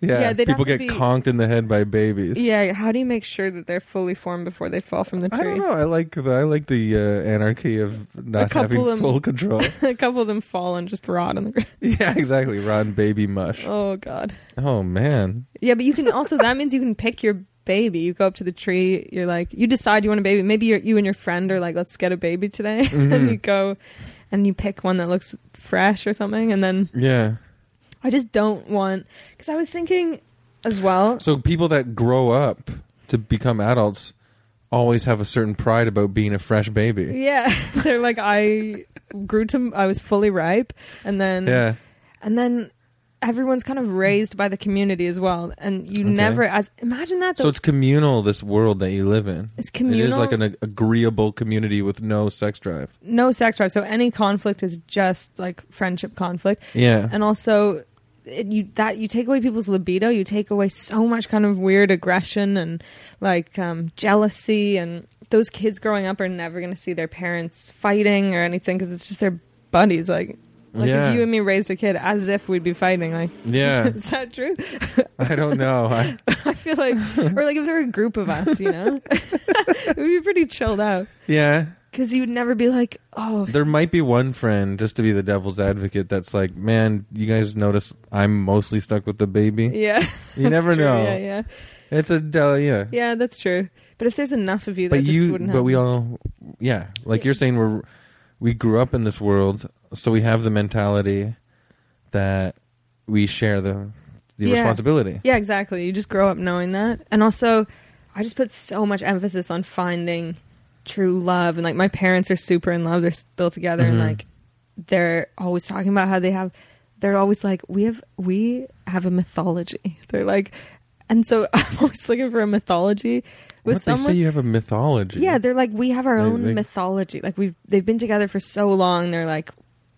S1: Yeah,
S2: Yeah, they'd have
S1: people
S2: to
S1: get
S2: be-
S1: conked in the head by babies.
S2: Yeah, how do you make sure that they're fully formed before they fall from the tree?
S1: I don't know. I like the I like the uh, anarchy of not having
S2: couple of-
S1: full control.
S2: a couple of them fall and just rot on the ground.
S1: yeah, exactly. Ron baby mush.
S2: Oh god.
S1: Oh man.
S2: Yeah, but you can also that means you can pick your baby. You go up to the tree. You're like, you decide you want a baby. Maybe you're, you and your friend are like, let's get a baby today.
S1: Mm-hmm.
S2: and you go and you pick one that looks fresh or something. And then
S1: Yeah.
S2: I just don't want because I was thinking as well.
S1: So people that grow up to become adults always have a certain pride about being a fresh baby.
S2: Yeah, they're like I grew to I was fully ripe, and then
S1: Yeah.
S2: and then everyone's kind of raised by the community as well, and you
S1: Okay.
S2: never as imagine that.
S1: So it's communal this world that you live in.
S2: it's
S1: It is
S2: communal.
S1: like an ag- agreeable community with no sex drive.
S2: no sex drive, so any conflict is just like friendship conflict,
S1: Yeah.
S2: and also. It, you that you take away people's libido you take away so much kind of weird aggression and like um, jealousy and those kids growing up are never going to see their parents fighting or anything because it's just their buddies like like
S1: Yeah.
S2: if you and me raised a kid as if we'd be fighting like
S1: yeah.
S2: Is that true?
S1: I don't know. I,
S2: I feel like, or like if there were a group of us, you know, it would be pretty chilled out
S1: yeah.
S2: because you would never be like, oh,
S1: There might be one friend, just to be the devil's advocate, that's like, man, you guys notice I'm mostly stuck with the baby.
S2: yeah.
S1: You never
S2: That's true.
S1: know.
S2: Yeah, yeah,
S1: It's a del- yeah.
S2: yeah. That's true. But if there's enough of you, that
S1: but
S2: just
S1: you, but
S2: wouldn't.
S1: we
S2: happen.
S1: all, yeah. Like
S2: Yeah.
S1: you're saying, we're we grew up in this world, so we have the mentality that we share the the
S2: Yeah.
S1: responsibility.
S2: Yeah, exactly. You just grow up knowing that, and also, I just put so much emphasis on finding true love, and like my parents are super in love. They're still together,
S1: Mhm.
S2: and like they're always talking about how they have. They're always like, we have we have a mythology. They're like, and so I'm always looking for a mythology with
S1: What they
S2: someone.
S1: say, you have a mythology.
S2: Yeah, they're like we have our
S1: They-
S2: own
S1: they-
S2: mythology. Like we've they've been together for so long. They're like,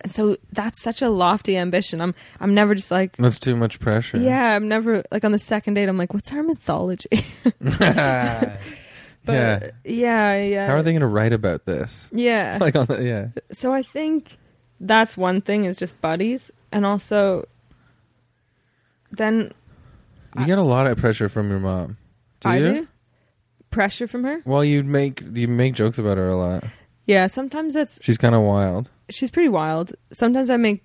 S2: and so that's such a lofty ambition. I'm I'm never just like
S1: that's too much pressure.
S2: yeah, I'm never like on the second date. I'm like, what's our mythology?
S1: yeah.
S2: but yeah, yeah.
S1: How are they going to write about this?
S2: uh, Yeah.
S1: Like on the, yeah.
S2: so I think that's one thing is just buddies, and also then
S1: You get a lot of pressure from your mom. Do
S2: I
S1: you?
S2: do pressure from her.
S1: Well, you make you make jokes about her a lot.
S2: Yeah, sometimes that's
S1: She's kind of wild.
S2: she's pretty wild. Sometimes I make.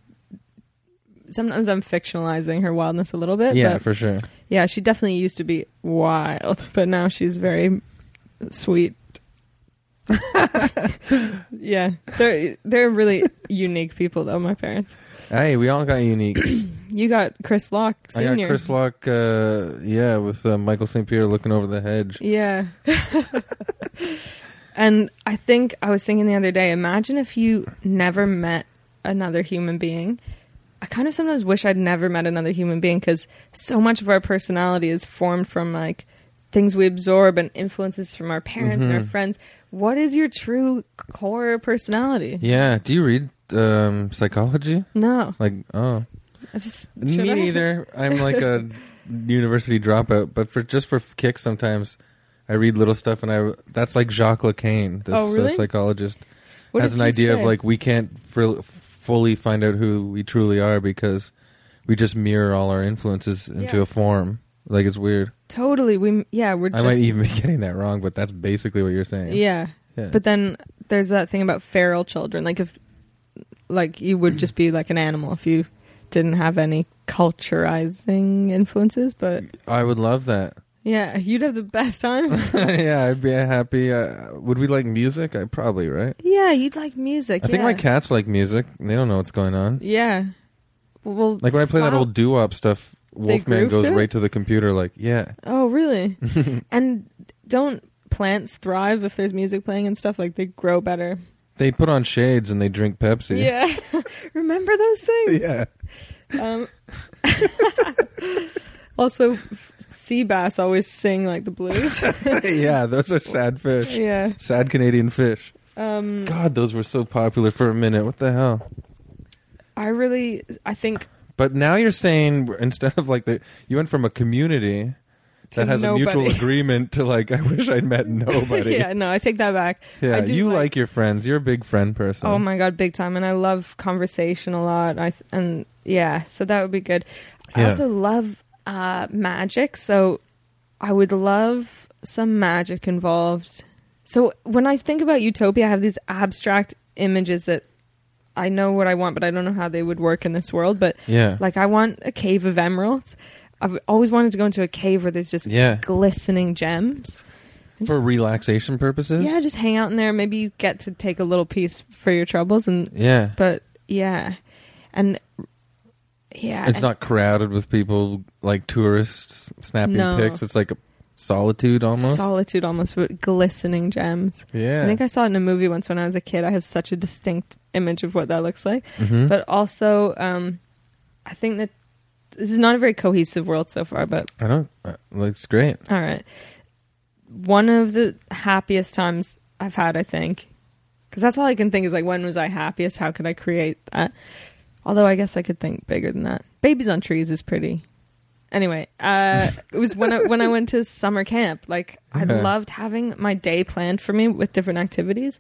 S2: Sometimes I'm fictionalizing her wildness a little bit.
S1: yeah,
S2: Uh, but
S1: for sure.
S2: yeah, she definitely used to be wild, but now she's very sweet. yeah, they're they're really unique people, though. My parents.
S1: Hey, we all got uniques.
S2: You got Chris Locke
S1: I
S2: Senior.
S1: got Chris Locke. Uh, yeah, with uh, Michael St. Pierre looking over the hedge.
S2: Yeah. and I think I was thinking the other day. Imagine if you never met another human being. I kind of sometimes wish I'd never met another human being because so much of our personality is formed from like things we absorb and influences from our parents and
S1: Mhm.
S2: our friends. What is your true core personality?
S1: Yeah. Do you read um, psychology?
S2: No,
S1: Like, oh,
S2: I just should
S1: me
S2: I?
S1: neither. I'm like a university dropout, but for just for kicks, sometimes I read little stuff, and I that's like Jacques Lacan, this
S2: Oh, really?
S1: uh, psychologist.
S2: What
S1: has
S2: does
S1: an
S2: he
S1: idea
S2: say?
S1: of like we can't fr- fully find out who we truly are because we just mirror all our influences into
S2: Yeah.
S1: a form. Like it's weird.
S2: totally. We yeah, we're
S1: I
S2: just
S1: might even be getting that wrong, but that's basically what you're saying.
S2: yeah.
S1: Yeah.
S2: But then there's that thing about feral children. Like if, like you would just be like an animal if you didn't have any culturizing influences. But
S1: I would love that.
S2: yeah, you'd have the best time.
S1: yeah, I'd be happy. Uh, would we like music? I probably right.
S2: yeah, you'd like music.
S1: I think
S2: yeah.
S1: my cats like music. and They don't know what's going on.
S2: Yeah. Well.
S1: Like when I play that
S2: Wow.
S1: old doo-wop stuff, Wolfman
S2: groove
S1: goes
S2: to it?
S1: right to the computer. Like, yeah,
S2: oh, really? and don't plants thrive if there's music playing and stuff? Like they grow better.
S1: they put on shades and they drink Pepsi.
S2: Yeah. Remember those things?
S1: yeah.
S2: Um, also, f- sea bass always sing like the blues.
S1: yeah, those are sad fish.
S2: yeah.
S1: Sad Canadian fish.
S2: Um,
S1: God, those were so popular for a minute. What the hell?
S2: I really, I think
S1: But now you're saying we're- instead of like the you went from a community
S2: To
S1: that has a mutual
S2: nobody.
S1: agreement to like I wish I'd met nobody.
S2: yeah, no, I take that back.
S1: Yeah,
S2: I do
S1: you like,
S2: like-
S1: your friends. You're a big friend person.
S2: Oh my god, big time! And I love conversation a lot. I th- and yeah, so that would be good. I
S1: Yeah.
S2: also love uh, magic, so I would love some magic involved. So when I think about utopia, I have these abstract images that I know what I want, but I don't know how they would work in this world. But
S1: Yeah.
S2: like, I want a cave of emeralds. I've always wanted to go into a cave where there's just
S1: Yeah.
S2: glistening gems.
S1: for relaxation purposes.
S2: Yeah, just hang out in there. Maybe you get to take a little piece for your troubles, and
S1: Yeah.
S2: but yeah, and yeah,
S1: It's not crowded with people like tourists snapping
S2: No.
S1: pics. It's like a solitude almost.
S2: solitude almost, but glistening gems.
S1: yeah.
S2: I think I saw it in a movie once when I was a kid. I have such a distinct image of what that looks like.
S1: Mhm.
S2: But also, um, I think that this is not a very cohesive world so far. But
S1: I don't. uh, Looks great.
S2: all right, one of the happiest times I've had, I think, because that's all I can think is like, when was I happiest? How could I create that? Although I guess I could think bigger than that. Babies on trees is pretty. Anyway, uh, it was when I, when I went to summer camp. Like I
S1: Yeah.
S2: loved having my day planned for me with different activities.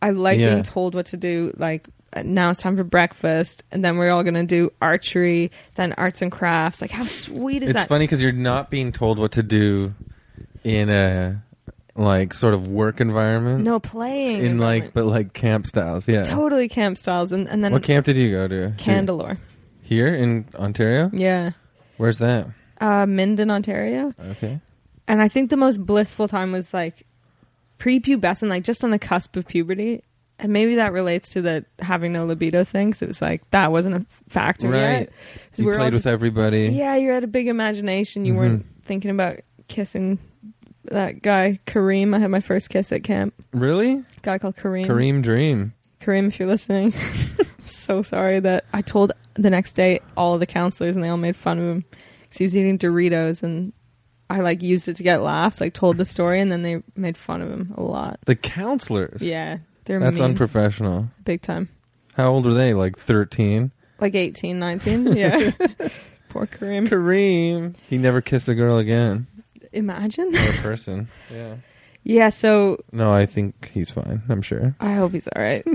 S2: I like
S1: Yeah.
S2: being told what to do. Like uh, now it's time for breakfast, and then we're all going to do archery, then arts and crafts. Like how sweet is
S1: it's
S2: that?
S1: funny because you're not being told what to do in a like sort of work environment.
S2: No playing
S1: in like
S2: environment.
S1: but like camp styles. Yeah.
S2: totally camp styles, and and then
S1: what camp did you go to?
S2: Candelore.
S1: Here in Ontario?
S2: Yeah.
S1: Where's that?
S2: Uh, Minden, Ontario.
S1: Okay.
S2: and I think the most blissful time was like prepubescent, like just on the cusp of puberty. And maybe that relates to the having no libido thing. 'cause it was like that wasn't a factor
S1: Right.
S2: yet. 'Cause
S1: You
S2: we were all
S1: played with
S2: just-
S1: everybody.
S2: yeah, you had a big imagination. You
S1: Mhm.
S2: weren't thinking about kissing that guy Kareem. I had my first kiss at camp.
S1: Really?
S2: guy called Kareem.
S1: Kareem Dream.
S2: Kareem, if you're listening, I'm so sorry that I told the next day all the counselors and they all made fun of him because he was eating Doritos and I like used it to get laughs. Like told the story and then they made fun of him a lot.
S1: The counselors.
S2: Yeah, they're
S1: That's
S2: mean,
S1: unprofessional.
S2: big time.
S1: How old were they? Like 13?
S2: Like 18, 19. Yeah, poor Kareem.
S1: Kareem. He never kissed a girl again.
S2: Imagine.
S1: Or a person. yeah.
S2: Yeah, so
S1: No, I think he's fine. I'm sure.
S2: I hope he's all right.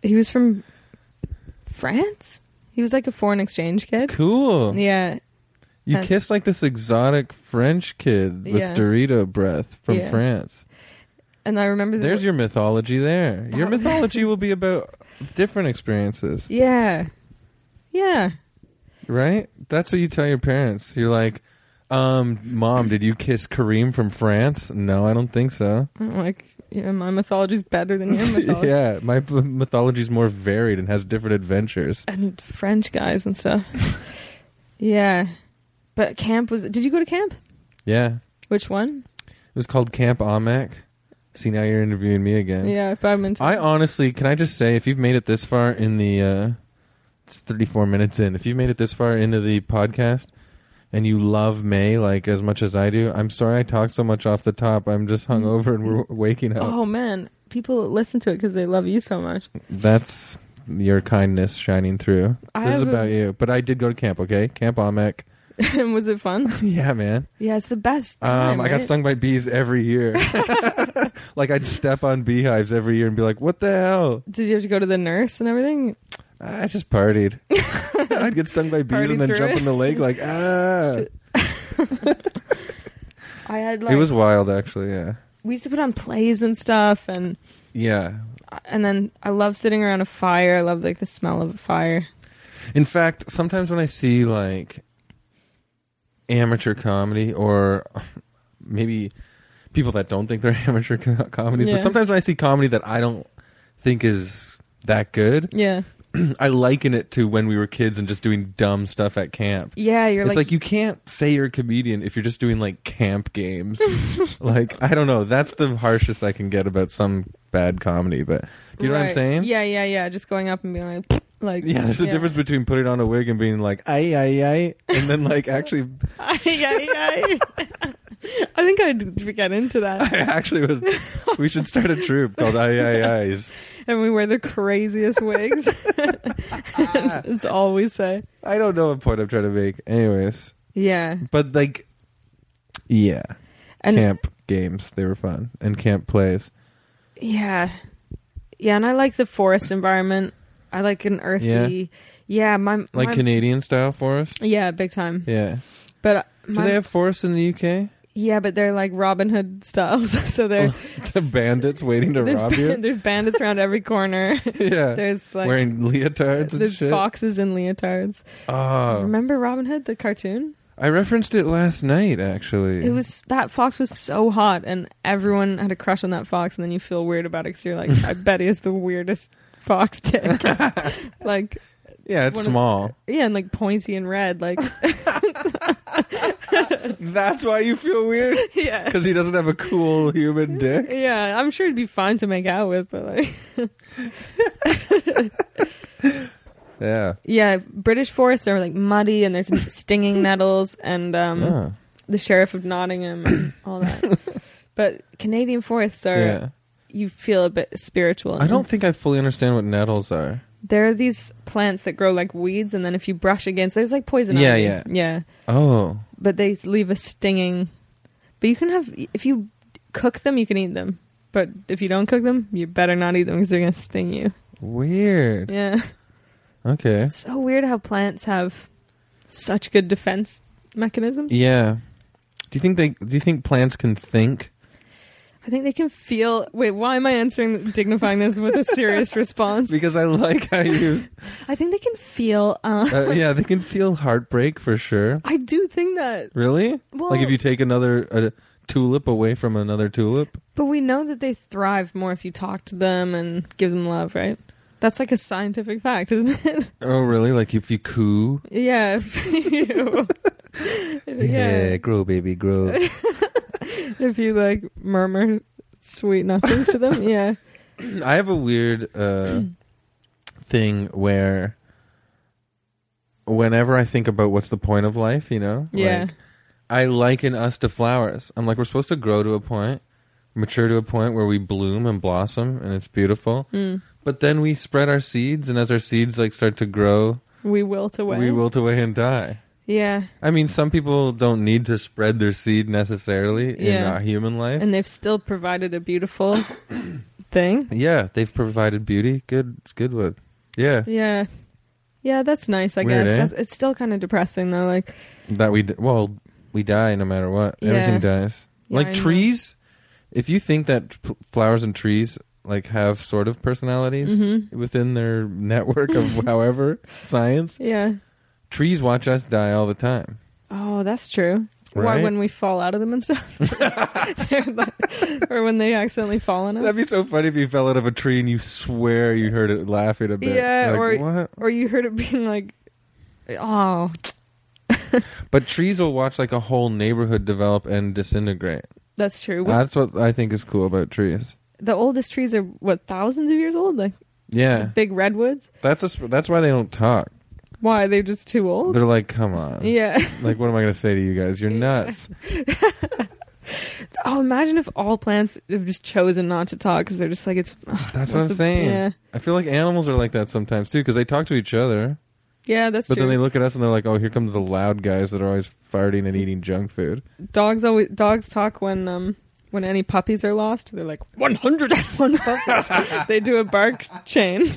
S2: he was from France. He was like a foreign exchange kid.
S1: Cool.
S2: Yeah,
S1: You
S2: And-
S1: kissed like this exotic French kid with
S2: Yeah.
S1: Dorito breath from
S2: Yeah.
S1: France.
S2: and I remember the-
S1: There's your mythology there. Your
S2: That-
S1: mythology will be about different experiences,
S2: yeah, yeah.
S1: right? That's what you tell your parents. You're like, um, Mom, did you kiss Kareem from France? No, I don't think so.
S2: I'm like, yeah, my mythology's better than your mythology.
S1: yeah, my p- mythology's more varied and has different adventures.
S2: And French guys and stuff. yeah. But camp was. Did you go to camp?
S1: Yeah. It
S2: Which one?
S1: was called Camp Amek. See, now you're interviewing me again.
S2: Yeah, badminton.
S1: I honestly, can I just say, if you've made it this far in the, uh, it's 34 minutes in. If you've made it this far into the podcast and you love May like as much as I do, I'm sorry I talked so much off the top. I'm just
S2: Mm-hmm.
S1: hungover and we're waking up.
S2: oh, man. People listen to it because they love you so much.
S1: That's your kindness shining through.
S2: I
S1: this is
S2: have a-
S1: about you. But I did go to camp, okay? Camp Amek.
S2: And was it fun?
S1: yeah, man.
S2: Yeah, it's the best.
S1: Um,
S2: time,
S1: I got
S2: right?
S1: stung by bees every year. like I'd step on beehives every year and be like, "What the hell?"
S2: Did you have to go to the nurse and everything?
S1: Ah, I just partied. I'd get stung by bees
S2: Partied
S1: and then
S2: through
S1: jump
S2: it.
S1: in the lake like, ah.
S2: Shit, I had like
S1: it was wild, actually. Yeah,
S2: we used to put on plays and stuff, and
S1: yeah.
S2: and then I love sitting around a fire. I love like the smell of a fire.
S1: In fact, sometimes when I see like amateur comedy or maybe people that don't think they're amateur co- comedies, but
S2: Yeah.
S1: sometimes when I see comedy that I don't think is that good,
S2: Yeah,
S1: I liken it to when we were kids and just doing dumb stuff at camp.
S2: yeah. You're
S1: it's like, you can't say you're a comedian if you're just doing like camp games. like I don't know, that's the harshest I can get about some bad comedy. But do you know what I'm
S2: Right.
S1: saying?
S2: Yeah, yeah, yeah. Just going up and being like, like
S1: Yeah, there's a difference between putting on a wig and being like, aye, aye, aye, and then like actually,
S2: Ay, ay, ay. I I think I'd get into that.
S1: I actually would. We should start a troupe called IIIs.
S2: And we wear the craziest wigs. That's all we say.
S1: I don't know what point I'm trying to make. Anyways,
S2: Yeah.
S1: but like, yeah,
S2: And
S1: camp games they were fun and camp plays.
S2: yeah. Yeah, and I like the forest environment. I like an earthy. Yeah, my
S1: Like
S2: my-
S1: Canadian style forest.
S2: Yeah, big time.
S1: Yeah.
S2: But uh,
S1: Do
S2: my,
S1: they have forests in the UK?
S2: yeah, but they're like Robin Hood styles. so they're
S1: The bandits waiting Oh, to
S2: there's,
S1: rob
S2: ban-
S1: you.
S2: there's bandits around every corner.
S1: yeah.
S2: there's like
S1: Wearing leotards and
S2: there's
S1: shit.
S2: foxes in leotards.
S1: Oh,
S2: Remember Robin Hood the cartoon?
S1: I referenced it last night. Actually,
S2: It was that fox was so hot, and everyone had a crush on that fox, and then you feel weird about it because you're like, I bet he is the weirdest fox dick. like,
S1: yeah, it's
S2: one of-
S1: small.
S2: yeah, and like pointy and red. Like,
S1: That's why you feel weird
S2: yeah.
S1: because he doesn't have a cool human dick.
S2: Yeah, I'm sure it'd be fine to make out with, but like,
S1: Yeah.
S2: yeah, British forests are like muddy and there's stinging nettles and um,
S1: Yeah.
S2: the sheriff of Nottingham and all that. but Canadian forests are
S1: yeah.
S2: you feel a bit spiritual.
S1: I don't think I fully understand what nettles are.
S2: There are these plants that grow like weeds, and then if you brush against, there's like poison.
S1: Yeah,
S2: ivy.
S1: yeah.
S2: yeah.
S1: Oh,
S2: But they leave a stinging. But you can have if you cook them, you can eat them. But if you don't cook them, you better not eat them because they're gonna sting you.
S1: weird.
S2: Yeah,
S1: Okay.
S2: it's so weird how plants have such good defense mechanisms.
S1: Yeah. Do you think they? Do you think plants can think?
S2: I think they can feel. Wait, why am I answering dignifying this with a serious response?
S1: Because I like how you.
S2: I think they can feel. Uh,
S1: Uh, yeah, they can feel heartbreak for sure.
S2: I do think that.
S1: Really?
S2: Well,
S1: like if you take another a tulip away from another tulip.
S2: But we know that they thrive more if you talk to them and give them love, right? That's like a scientific fact, isn't it?
S1: Oh, really? Like if you coo.
S2: yeah. If you, yeah.
S1: grow, baby, grow.
S2: If you like murmur sweet nothings to them, yeah.
S1: I have a weird uh, thing where whenever I think about what's the point of life, you know,
S2: Yeah.
S1: like, I liken us to flowers. I'm like, we're supposed to grow to a point, mature to a point where we bloom and blossom, and it's beautiful.
S2: Mm.
S1: But then we spread our seeds, and as our seeds like start to grow,
S2: We wilt away.
S1: we wilt away and die.
S2: Yeah.
S1: I mean, some people don't need to spread their seed necessarily in
S2: Yeah.
S1: our human life.
S2: And they've still provided a beautiful thing.
S1: yeah, they've provided beauty. Good, good one. Yeah,
S2: Yeah. Yeah, that's nice, I
S1: Weird,
S2: guess.
S1: eh?
S2: That's, it's still kind of depressing, though. Like,
S1: That we d- well, we die no matter what.
S2: Yeah.
S1: Everything dies.
S2: Yeah, I
S1: like
S2: know.
S1: trees. If you think that p- flowers and trees like have sort of personalities
S2: Mhm.
S1: within their network of however science,
S2: yeah.
S1: trees watch us die all the time.
S2: Oh, that's true. Why
S1: Right?
S2: when we fall out of them and stuff, They're like- or when they accidentally fall on us,
S1: That'd be so funny if you fell out of a tree and you swear you heard it laughing a bit.
S2: Yeah,
S1: Like,
S2: or-
S1: what?
S2: or you heard it being like, "Oh,
S1: But trees will watch like a whole neighborhood develop and disintegrate.
S2: that's true." What's-
S1: That's what I think is cool about trees.
S2: the oldest trees are what thousands of years old, like the
S1: Yeah,
S2: big redwoods.
S1: that's a, sp- that's why they don't talk.
S2: Why they're just too old?
S1: They're like, come on.
S2: yeah.
S1: Like, what am I going to say to you guys? You're nuts.
S2: Oh, imagine if all plants have just chosen not to talk because they're just like it's. ugh,
S1: That's
S2: what's
S1: what I'm
S2: the-
S1: saying.
S2: Yeah,
S1: I feel like animals are like that sometimes too, because they talk to each other,
S2: yeah, that's
S1: but
S2: true.
S1: then they look at us and they're like, "Oh, here comes the loud guys that are always farting and eating junk food."
S2: dogs always dogs talk when um when any puppies are lost. They're like 101 puppies. they do a bark chain.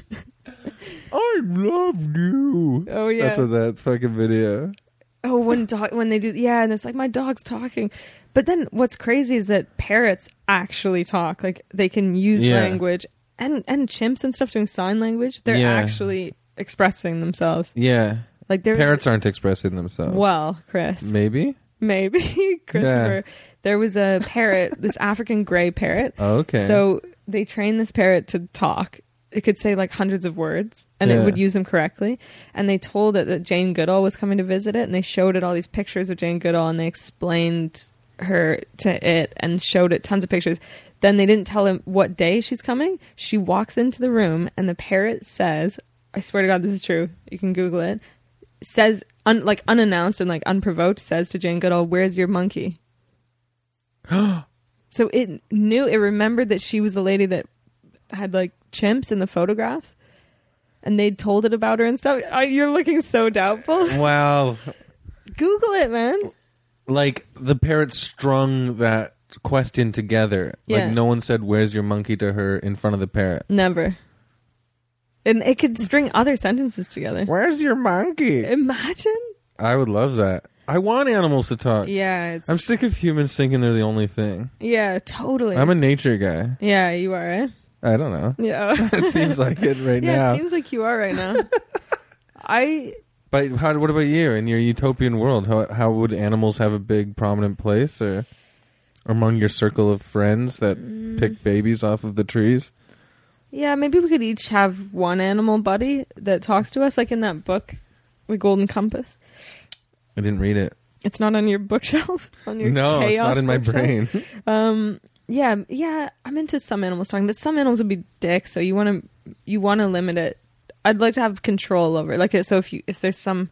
S1: I love you.
S2: Oh yeah.
S1: That's what that fucking video.
S2: oh, when dog when they do yeah, and it's like my dog's talking. But then what's crazy is that parrots actually talk. Like they can use
S1: Yeah.
S2: language and and chimps and stuff doing sign language. They're
S1: Yeah.
S2: actually expressing themselves.
S1: Yeah,
S2: Like they're
S1: parrots aren't expressing themselves.
S2: well, Chris.
S1: Maybe.
S2: Maybe Christopher. There was a parrot, this African gray parrot.
S1: Oh, okay.
S2: So they trained this parrot to talk. It could say like hundreds of words and
S1: Yeah.
S2: it would use them correctly. And they told it that Jane Goodall was coming to visit it and they showed it all these pictures of Jane Goodall and they explained her to it and showed it tons of pictures. Then they didn't tell him what day she's coming. She walks into the room and the parrot says, I swear to God, this is true. You can Google it. Says, un- like unannounced and like unprovoked, says to Jane Goodall, Where's your monkey? so it knew it remembered that she was the lady that had like chimps in the photographs, and they told it about her and stuff. I, you're looking so doubtful.
S1: Well,
S2: Google it, man.
S1: like the parents strung that question together.
S2: Yeah.
S1: Like no one said, "Where's your monkey?" to her in front of the parrot.
S2: Never. And it could string other sentences together.
S1: Where's your monkey?
S2: Imagine.
S1: I would love that. I want animals to talk.
S2: Yeah. It's,
S1: I'm sick of humans thinking they're the only thing.
S2: yeah. Totally.
S1: I'm a nature guy.
S2: yeah, you are. Eh?
S1: I don't know.
S2: Yeah.
S1: it seems like it right
S2: yeah.
S1: now.
S2: It seems like you are right now. I
S1: but how, what about you in your utopian world? How how would animals have a big prominent place or among your circle of friends that
S2: Mm-hmm.
S1: pick babies off of the trees?
S2: mm, Yeah, maybe we could each have one animal buddy that talks to us, like in that book, The Golden Compass.
S1: I didn't read it.
S2: It's not on your bookshelf. On your
S1: no, it's
S2: chaos
S1: not in my
S2: bookshelf.
S1: brain.
S2: Um, yeah, m- yeah, I'm into some animals talking, but some animals would be dicks. So you want to you want to limit it. I'd like to have control over it. Like, so if you if there's some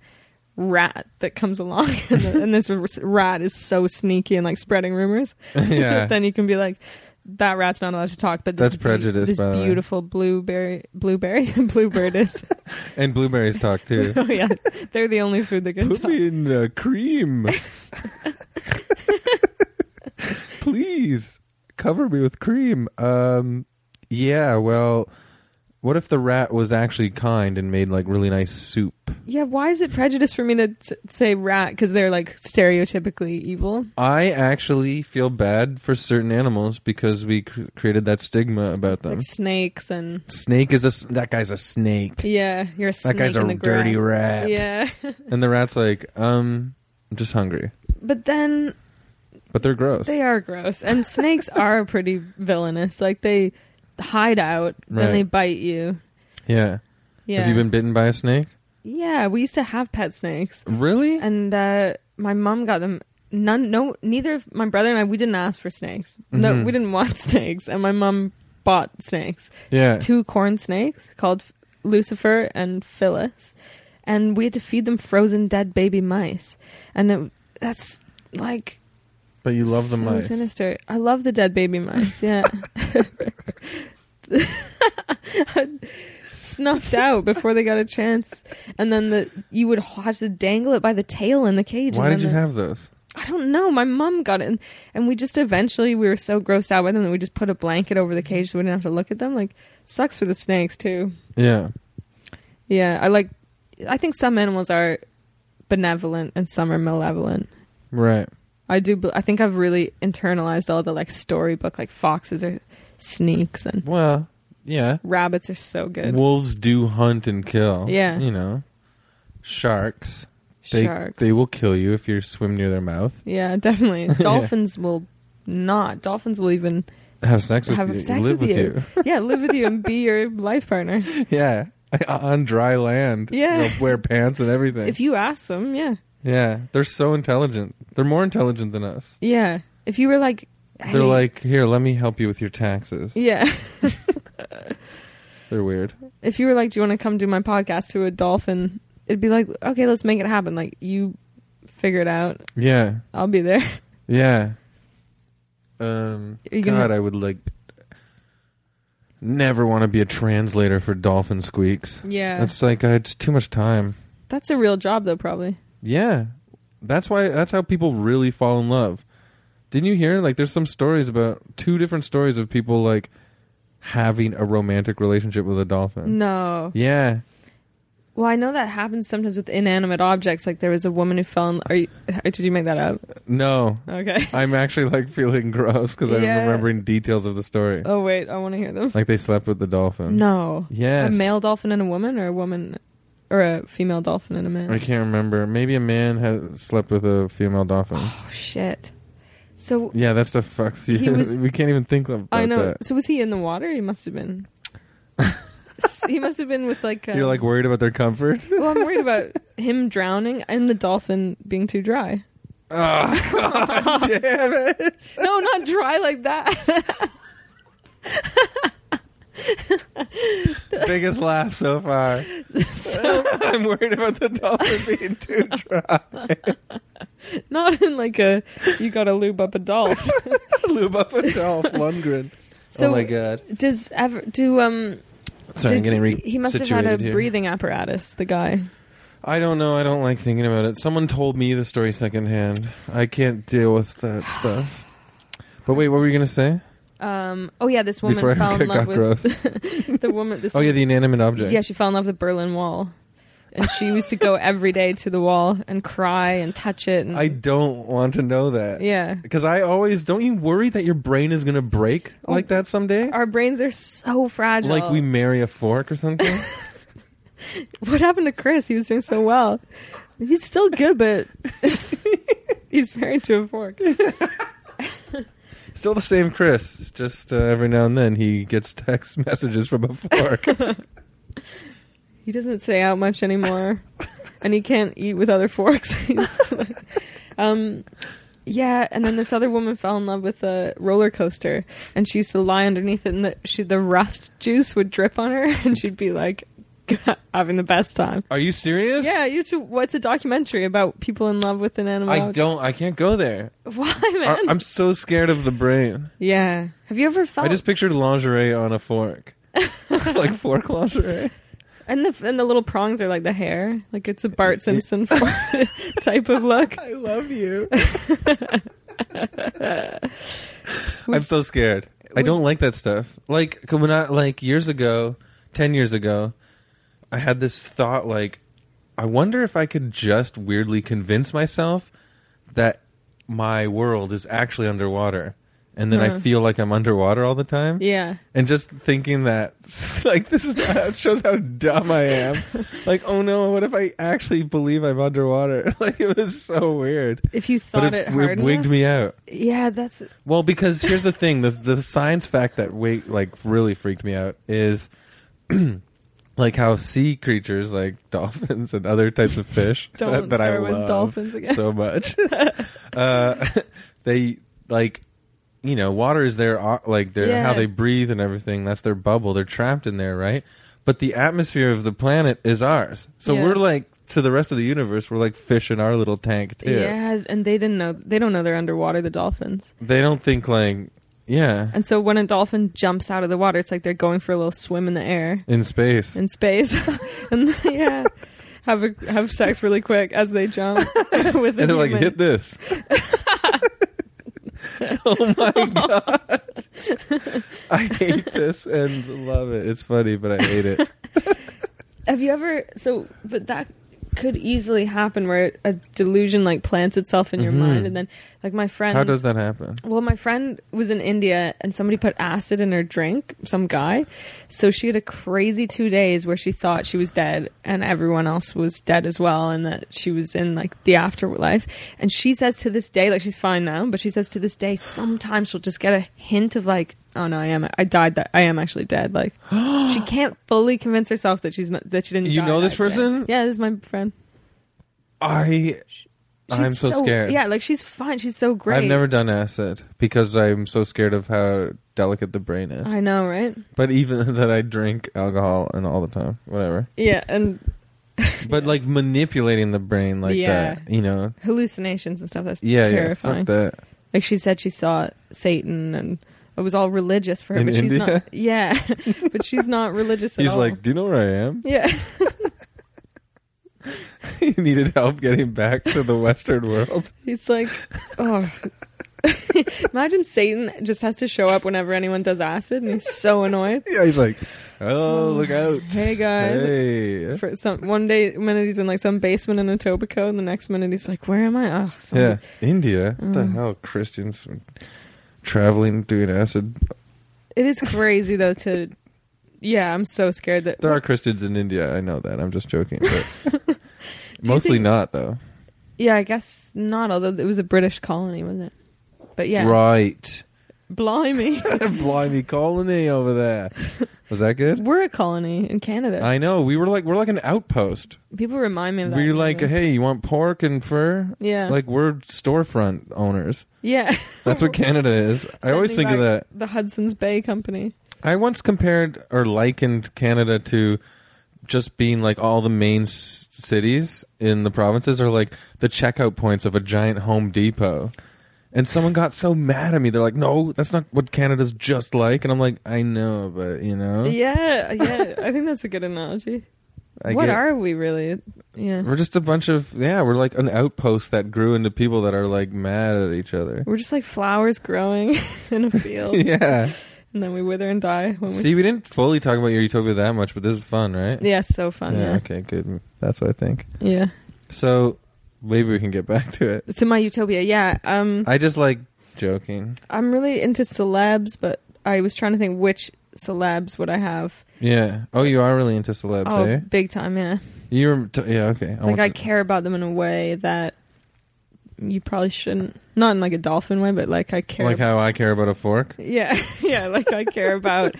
S2: rat that comes along and, the, and this r- rat is so sneaky and like spreading rumors,
S1: yeah.
S2: then you can be like. That rat's not allowed to talk, but this
S1: That's prejudice,
S2: This
S1: by the way.
S2: beautiful blueberry, blueberry, bluebird is
S1: and blueberries talk too.
S2: oh yeah, they're the only food that can
S1: Put
S2: talk.
S1: me in uh, cream. Please cover me with cream. Um, yeah, well, what if the rat was actually kind and made like really nice soup?
S2: Yeah, why is it prejudice for me to t- say rat because they're like stereotypically evil?
S1: I actually feel bad for certain animals because we cr- created that stigma about them.
S2: Like snakes and
S1: snake is a s- that guy's a snake,
S2: yeah, you're a snake
S1: guy's a
S2: in the
S1: dirty
S2: grass.
S1: rat.
S2: Yeah,
S1: and the rat's like, um, I'm just hungry,
S2: but then
S1: but they're gross.
S2: they are gross, and snakes are pretty villainous. Like they hide out,
S1: Right.
S2: then they bite you.
S1: yeah.
S2: Yeah,
S1: Have you been bitten by a snake?
S2: yeah, we used to have pet snakes,
S1: Really?
S2: and uh, my mom got them. None, no, neither of my brother and I. We didn't ask for snakes. No,
S1: Mhm.
S2: we didn't want snakes, and my mom bought snakes.
S1: yeah.
S2: two corn snakes called Lucifer and Phyllis, and we had to feed them frozen dead baby mice. And it, that's like
S1: But you love the
S2: so
S1: mice.
S2: Sinister. I love the dead baby mice. Yeah. snuffed out before they got a chance and then the you would have to dangle it by the tail in the cage
S1: Why
S2: and
S1: did you
S2: then the-
S1: have those?
S2: I don't know. My mom got it, and, and we just eventually we were so grossed out by them that we just put a blanket over the cage so we didn't have to look at them. Like sucks for the snakes too.
S1: Yeah.
S2: Yeah, I like. I think some animals are benevolent and some are malevolent.
S1: Right.
S2: I do. bel- I think I've really internalized all the like storybook like foxes are sneaks and
S1: Well, yeah.
S2: rabbits are so good.
S1: Wolves do hunt and kill.
S2: Yeah.
S1: You know. Sharks. They,
S2: Sharks.
S1: They will kill you if you swim near their mouth.
S2: Yeah, definitely.
S1: Yeah.
S2: Dolphins will not. Dolphins will even
S1: Have sex with
S2: Have
S1: you.
S2: sex
S1: live
S2: with
S1: with
S2: you. yeah live with you and be your life partner
S1: you. yeah. On dry land.
S2: Yeah.
S1: They'll wear pants and everything.
S2: if you ask them. Yeah.
S1: yeah. They're so intelligent. They're more intelligent than us.
S2: Yeah. If you were like, hey-
S1: They're like, here, let me help you with your taxes.
S2: yeah.
S1: They're weird.
S2: If you were like, do you want to come do my podcast to a dolphin? It'd be like, okay, let's make it happen. Like you figure it out.
S1: Yeah.
S2: I'll be there.
S1: Yeah. Um,
S2: Are you
S1: God,
S2: gonna-
S1: I would like never want to be a translator for dolphin squeaks.
S2: Yeah. That's,
S1: That's like uh, it's too much time.
S2: a real job though, probably.
S1: Yeah, that's why. That's how people really fall in love. Didn't you hear? Like, there's some stories about two different stories of people like having a romantic relationship with a dolphin.
S2: No.
S1: Yeah,
S2: Well, I know that happens sometimes with inanimate objects. Like there was a woman who fell in. Are you, or did you make that up?
S1: no,
S2: Okay.
S1: I'm actually like feeling gross because I'm
S2: Yeah.
S1: remembering details of the story.
S2: Oh wait, I want to hear them.
S1: Like they slept with the dolphin.
S2: No.
S1: Um, Yes.
S2: A male dolphin and a woman, or a woman, or a female dolphin and a man.
S1: I can't remember. Maybe a man has slept with a female dolphin.
S2: Oh shit. So
S1: yeah, that's the fucks.
S2: He was-
S1: we can't even think about
S2: I know.
S1: that.
S2: So was he in the water? He must have been. S- he must have been with like. um,
S1: You're like worried about their comfort.
S2: well, I'm worried about him drowning and the dolphin being too dry.
S1: Oh god, damn it!
S2: No, not dry like that.
S1: Biggest laugh so far. I'm worried about the dolphin being too dry.
S2: not in like a. You gotta lube up a dolphin.
S1: Lube up with Dolph Lundgren.
S2: So-
S1: oh my god!
S2: Does ever do um?
S1: Sorry, I'm
S2: did-
S1: getting re-
S2: he must have
S1: situated
S2: had a
S1: here.
S2: breathing apparatus. The guy.
S1: I don't know. I don't like thinking about it. Someone told me the story secondhand. I can't deal with that stuff. But wait, what were you gonna say?
S2: Um. Oh yeah, this woman
S1: Before I
S2: fell in
S1: got
S2: love with
S1: gross.
S2: the woman. This
S1: Oh yeah,
S2: woman-
S1: the inanimate object.
S2: yeah, she fell in love with the Berlin Wall, and she used to go every day to the wall and cry and touch it. And
S1: I don't want to know that.
S2: yeah,
S1: Because I always don't you worry that your brain is gonna break
S2: Oh.
S1: like that someday?
S2: our brains are so fragile.
S1: Like we marry a fork or something?
S2: what happened to Chris? He was doing so well. He's still good, but he's married to a fork.
S1: Still the same Chris. Just uh, every now and then he gets text messages from a fork.
S2: He doesn't stay out much anymore, and he can't eat with other forks. He's like- um, yeah, and then this other woman fell in love with a roller coaster, and she used to lie underneath it, and the, she, the rust juice would drip on her, and she'd be like having the best time.
S1: Are you serious?
S2: Yeah, you two. What's a documentary about people in love with an animal?
S1: I don't. I can't go there.
S2: Why,
S1: I,
S2: man?
S1: I'm so scared of the brain.
S2: yeah. Have you ever felt?
S1: I just pictured lingerie on a fork, like fork lingerie.
S2: And the and the little prongs are like the hair, like it's a Bart Simpson type of look.
S1: I love you. I'm so scared. I
S2: Would-
S1: don't like that stuff. Like when I like years ago, ten years ago, I had this thought like, I wonder if I could just weirdly convince myself that my world is actually underwater, and then I
S2: Huh.
S1: feel like I'm underwater all the time.
S2: Yeah.
S1: and just thinking that like this is that shows how dumb i am like oh no what if i actually believe i'm underwater like it was so weird
S2: If you thought
S1: but
S2: it,
S1: it, w-
S2: hard
S1: wigged
S2: enough.
S1: me out
S2: Yeah, that's
S1: well because here's the thing the the science fact that wait like really freaked me out is like how sea creatures like dolphins and other types of fish
S2: don't
S1: that, that
S2: start
S1: i
S2: with
S1: love
S2: dolphins again.
S1: so much. uh, they like, you know, water is their o- like their
S2: Yeah.
S1: how they breathe and everything. That's their bubble. They're trapped in there, right? But the atmosphere of the planet is ours. So
S2: Yeah.
S1: we're like to the rest of the universe. We're like fish in our little tank too.
S2: yeah, and they didn't know they don't know they're underwater the dolphins.
S1: They don't think like yeah
S2: And so when a dolphin jumps out of the water, it's like they're going for a little swim in the air
S1: in space.
S2: in space. and yeah, have a, have sex really quick as they jump with a
S1: and they're like,
S2: human.
S1: hit this. oh my god! I hate this and love it. It's funny, but I hate it.
S2: Have you ever? So, but that could easily happen where a delusion like plants itself in your
S1: Mhm.
S2: mind, and then like my friend.
S1: How does that happen?
S2: well, my friend was in India and somebody put acid in her drink, some guy. So she had a crazy two days where she thought she was dead and everyone else was dead as well and that she was in like the afterlife. And she says to this day, like she's fine now, but she says to this day, sometimes she'll just get a hint of like, oh no, I am, I died that, I am actually dead. Like she can't fully convince herself that she's not, that she didn't
S1: You
S2: die
S1: know this
S2: that day.
S1: person?
S2: Yeah, this is my friend.
S1: I
S2: She's
S1: I'm so scared.
S2: Yeah, like she's fine. She's so great.
S1: I've never done acid because I'm so scared of how delicate the brain is.
S2: I know, right?
S1: but even that I drink alcohol and all the time, whatever.
S2: Yeah, and
S1: But like manipulating the brain like
S2: Yeah.
S1: that, you know.
S2: hallucinations and stuff. That's
S1: Yeah,
S2: terrifying.
S1: yeah, fuck that.
S2: Like she said, she saw Satan, and it was all religious for her.
S1: In
S2: but she's
S1: India?
S2: not. Yeah, but she's not religious at
S1: He's
S2: all.
S1: like, "Do you know where I am?"
S2: yeah,
S1: he needed help getting back to the western world.
S2: he's like, oh. Imagine Satan just has to show up whenever anyone does acid, and he's so annoyed.
S1: Yeah, he's like, "Oh, look out."
S2: Hey guys.
S1: Hey.
S2: For some one day, minute he's in like some basement in Etobicoke, and the next minute he's like, "Where am I?" Oh, some-
S1: Yeah, India. What the
S2: Mm.
S1: hell Christians traveling doing acid?
S2: It is crazy though to yeah, I'm so scared that
S1: There are Christians in India. I know that. I'm just joking. But
S2: you
S1: mostly
S2: think-
S1: not, though.
S2: Yeah, I guess not, although it was a British colony, wasn't it? But yeah.
S1: Right.
S2: Blimey.
S1: Blimey colony over there. Was that good?
S2: we're a colony in Canada.
S1: I know. We were like we're like an outpost.
S2: People remind me of that.
S1: We're like,
S2: really.
S1: hey, you want pork and fur?
S2: Yeah.
S1: Like we're storefront owners.
S2: yeah.
S1: That's what Canada is. I
S2: Send
S1: always
S2: me
S1: think of
S2: back
S1: that.
S2: The Hudson's Bay Company.
S1: I once compared or likened Canada to just being like all the main s- cities in the provinces are like the checkout points of a giant Home Depot. And someone got so mad at me. They're like, "No, that's not what Canada's just like." And I'm like, "I know, but you know,
S2: Yeah, yeah. I think that's a good analogy.
S1: I
S2: what
S1: get-
S2: are we really? Yeah.
S1: We're just a bunch of yeah. We're like an outpost that grew into people that are like mad at each other.
S2: We're just like flowers growing in a field,
S1: yeah.
S2: and then we wither and die when we.
S1: See, we didn't fully talk about your utopia that much, but this is fun, right?
S2: yeah, so fun.
S1: yeah.
S2: Yeah.
S1: Okay. Good. That's what I think.
S2: yeah,
S1: So maybe we can get back to it.
S2: To my utopia, yeah. Um,
S1: I just like joking.
S2: I'm really into celebs, but I was trying to think which celebs would I have.
S1: Yeah. Oh, you are really into celebs,
S2: oh,
S1: eh?
S2: big time, yeah.
S1: You were t- yeah. Okay.
S2: like
S1: want
S2: I
S1: to-
S2: care about them in a way that you probably shouldn't. Not in like a dolphin way, but like I care.
S1: like how I care about a fork.
S2: yeah, yeah. Like I care about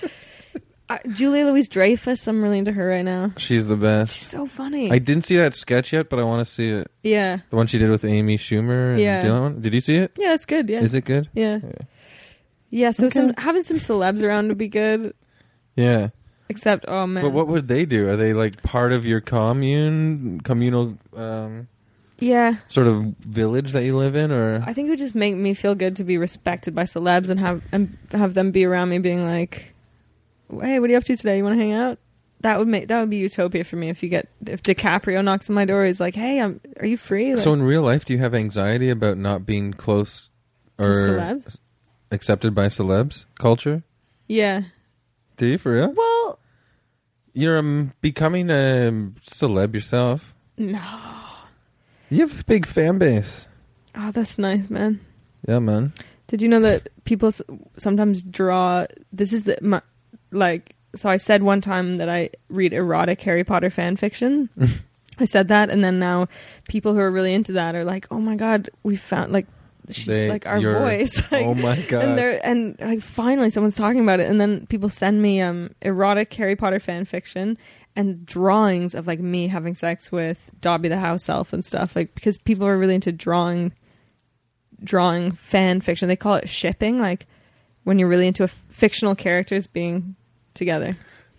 S2: I, Julia Louise Dreyfus. I'm really into her right now.
S1: She's the
S2: She's
S1: best.
S2: so funny.
S1: I didn't see that sketch yet, but I want to see it.
S2: yeah,
S1: The one she did with Amy Schumer. And
S2: Yeah.
S1: The other one. Did you see it?
S2: yeah. It's good. Yeah,
S1: Is it good?
S2: yeah,
S1: Yeah.
S2: yeah. So
S1: Okay.
S2: some having some celebs around would be good.
S1: Yeah.
S2: Except, oh man,
S1: But what would they do? Are they like part of your commune, communal um,
S2: yeah.
S1: sort of village that you live in, or
S2: I think it would just make me feel good to be respected by celebs and have and have them be around me being like, "Hey, what are you up to today? You want to hang out?" That would make that would be utopia for me if you get if DiCaprio knocks on my door, he's like, "Hey, I'm are you free?" Like,
S1: so in real life? Do you have anxiety about not being close
S2: To
S1: or
S2: celebs?
S1: accepted by celebs culture?
S2: yeah.
S1: Do you for real?
S2: Well,
S1: You're um, becoming a celeb yourself.
S2: no.
S1: You have a big fan base.
S2: Oh, that's nice, man.
S1: Yeah, man.
S2: Did you know that people s- sometimes draw? This is the my, like. So I said one time that I read erotic Harry Potter fan fiction. I said that, and then now people who are really into that are like, "Oh my god, we found like she's
S1: They-
S2: like our
S1: you're-
S2: voice." Like,
S1: oh my god.
S2: And they're and like finally someone's talking about it, and then people send me um erotic Harry Potter fan fiction and drawings of like me having sex with Dobby the house elf and stuff like because people are really into drawing drawing fan fiction. They call it shipping, like when you're really into a f- fictional characters being together.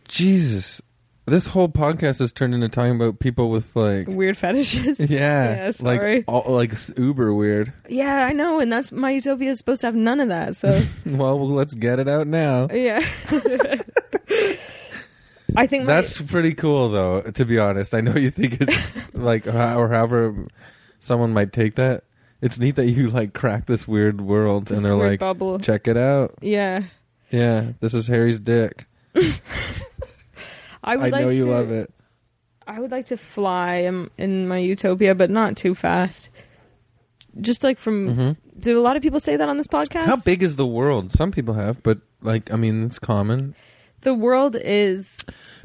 S1: Jesus, this whole podcast has turned into talking about people with like.
S2: Weird fetishes.
S1: Yeah,
S2: Yeah, sorry.
S1: like all, like s- uber weird.
S2: yeah, I know, and that's my utopia is supposed to have none of that. So
S1: Well, let's get it out now.
S2: yeah. I think my-
S1: That's pretty cool, though. To be honest, I know you think it's like, ho- or however someone might take that. It's neat that you like crack this weird world,
S2: this
S1: and they're
S2: weird
S1: like,
S2: bubble.
S1: check it out.
S2: Yeah.
S1: Yeah, this is Harry's dick.
S2: I
S1: I,
S2: would like
S1: know you
S2: to,
S1: love it.
S2: I would like to fly in, in my utopia, but not too fast. Just like from,
S1: Mhm.
S2: do a lot of people say that on this podcast?
S1: How big is the world? Some people have, but like, I mean, it's common
S2: The world is.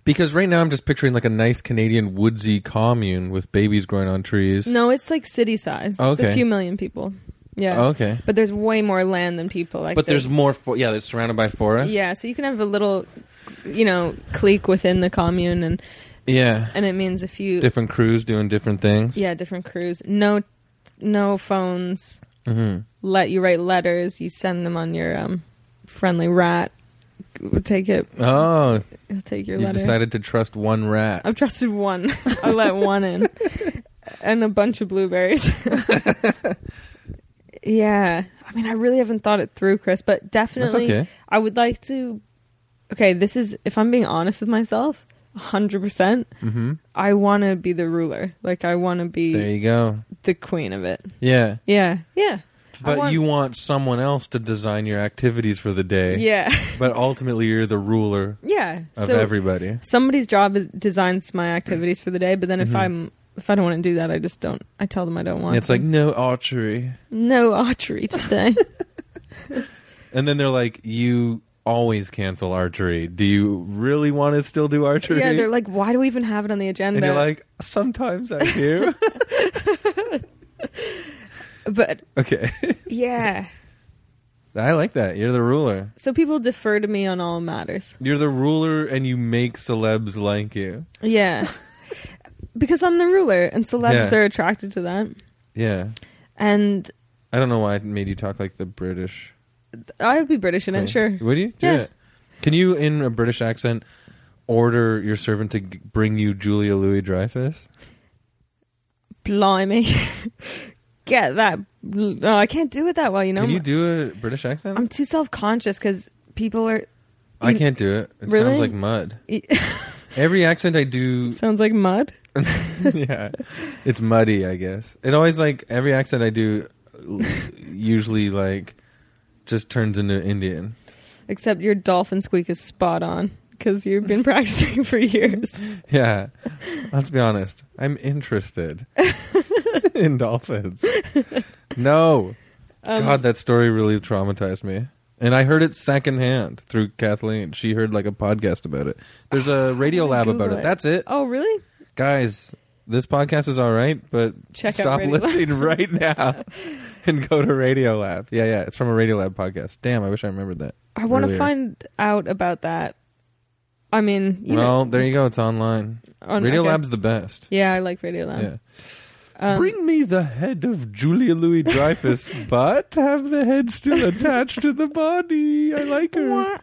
S1: because right now I'm just picturing like a nice Canadian woodsy commune with babies growing on trees.
S2: No, it's like city size. It's
S1: Okay.
S2: a few million people. Yeah.
S1: Oh, Okay,
S2: But there's way more land than people. Like,
S1: but there's, more. For- yeah, it's surrounded by forest.
S2: Yeah, so you can have a little, you know, clique within the commune, and
S1: yeah.
S2: and it means if you,
S1: Different crews doing different things.
S2: yeah, different crews, no, no phones.
S1: Mm-hmm.
S2: Let you write letters. You send them on your um, friendly rat. Would take it.
S1: Oh,
S2: He'll take your
S1: you
S2: letter. Oh,
S1: decided to trust one rat.
S2: I've trusted one. I let one in, and a bunch of blueberries. yeah, I mean, I really haven't thought it through, Chris, but
S1: That's
S2: definitely,
S1: okay.
S2: I would like to. Okay, this is if I'm being honest with myself, hundred percent.
S1: Mm-hmm.
S2: I want to be the ruler. Like I want to be
S1: There you go.
S2: the queen of it.
S1: Yeah,
S2: Yeah, yeah, I
S1: but
S2: want-
S1: you want someone else to design your activities for the day.
S2: yeah,
S1: But ultimately, you're the ruler
S2: yeah.
S1: of
S2: so
S1: everybody.
S2: somebody's job is, designs my activities for the day, but then if I'm if I don't want to do that, I just don't. I tell them I don't want.
S1: Mm-hmm. It's
S2: to.
S1: like no archery,
S2: No archery today.
S1: and then they're like, you always cancel archery. Do you really want to still do archery?
S2: yeah, they're like, why do we even have it on the agenda?
S1: and you're like, sometimes I do.
S2: but
S1: okay,
S2: yeah.
S1: I like that. You're the ruler.
S2: So people defer to me on all matters.
S1: You're the ruler, and you make celebs like you.
S2: Yeah. because I'm the ruler and celebs
S1: Yeah.
S2: are attracted to that.
S1: Yeah,
S2: And
S1: I don't know why I made you talk like the British.
S2: I would be British in
S1: Cool.
S2: it, sure.
S1: Would you? Do
S2: Yeah.
S1: it. Can you, in a British accent, order your servant to g- bring you Julia Louis Dreyfus?
S2: Blimey. Get that No, I can't do it that well. You know,
S1: Can you do a British accent?
S2: I'm too self conscious because people are.
S1: I can't do it. It
S2: Really?
S1: sounds like mud. Every accent I do,
S2: Sounds like mud.
S1: yeah, it's muddy. I guess it always like every accent I do, usually like just turns into Indian.
S2: Except your dolphin squeak is spot on because you've been practicing for years.
S1: Yeah, let's be honest. I'm interested in dolphins. No,
S2: Um,
S1: God, that story really traumatized me. And I heard it secondhand through Kathleen. She heard like a podcast about it. There's a radio
S2: gonna
S1: lab
S2: Google
S1: about it.
S2: it.
S1: That's it.
S2: Oh, really?
S1: guys, this podcast is all right, but
S2: Check out
S1: stop
S2: Radio Lab.
S1: listening right now and go to Radio Lab. Yeah, yeah, it's from a Radio Lab podcast. Damn, I wish I remembered that.
S2: I want to
S1: Earlier.
S2: find out about that. I mean, you
S1: well,
S2: know,
S1: there you go. It's online.
S2: on-
S1: Radio
S2: I guess-
S1: Lab's the best.
S2: Yeah, I like Radio Lab.
S1: Yeah.
S2: Um,
S1: Bring me the head of Julia Louis Dreyfus, but have the head still attached to the body. I like her.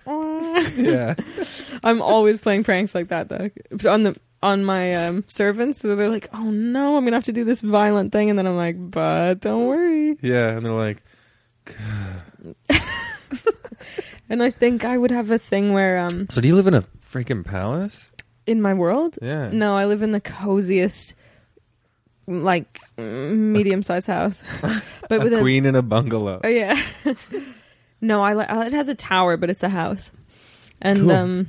S1: yeah.
S2: I'm always playing pranks like that though on the on my um, servants. So they're like, "Oh no, I'm gonna have to do this violent thing," and then I'm like, "But don't worry."
S1: Yeah. And they're like,
S2: And I think I would have a thing where um
S1: So do you live in a freaking palace?
S2: in my world,
S1: Yeah.
S2: no, I live in the coziest, like medium sized house, but with
S1: a
S2: a,
S1: queen in a bungalow.
S2: oh yeah, no, I li- I- it has a tower, but it's a house, and
S1: Cool.
S2: um,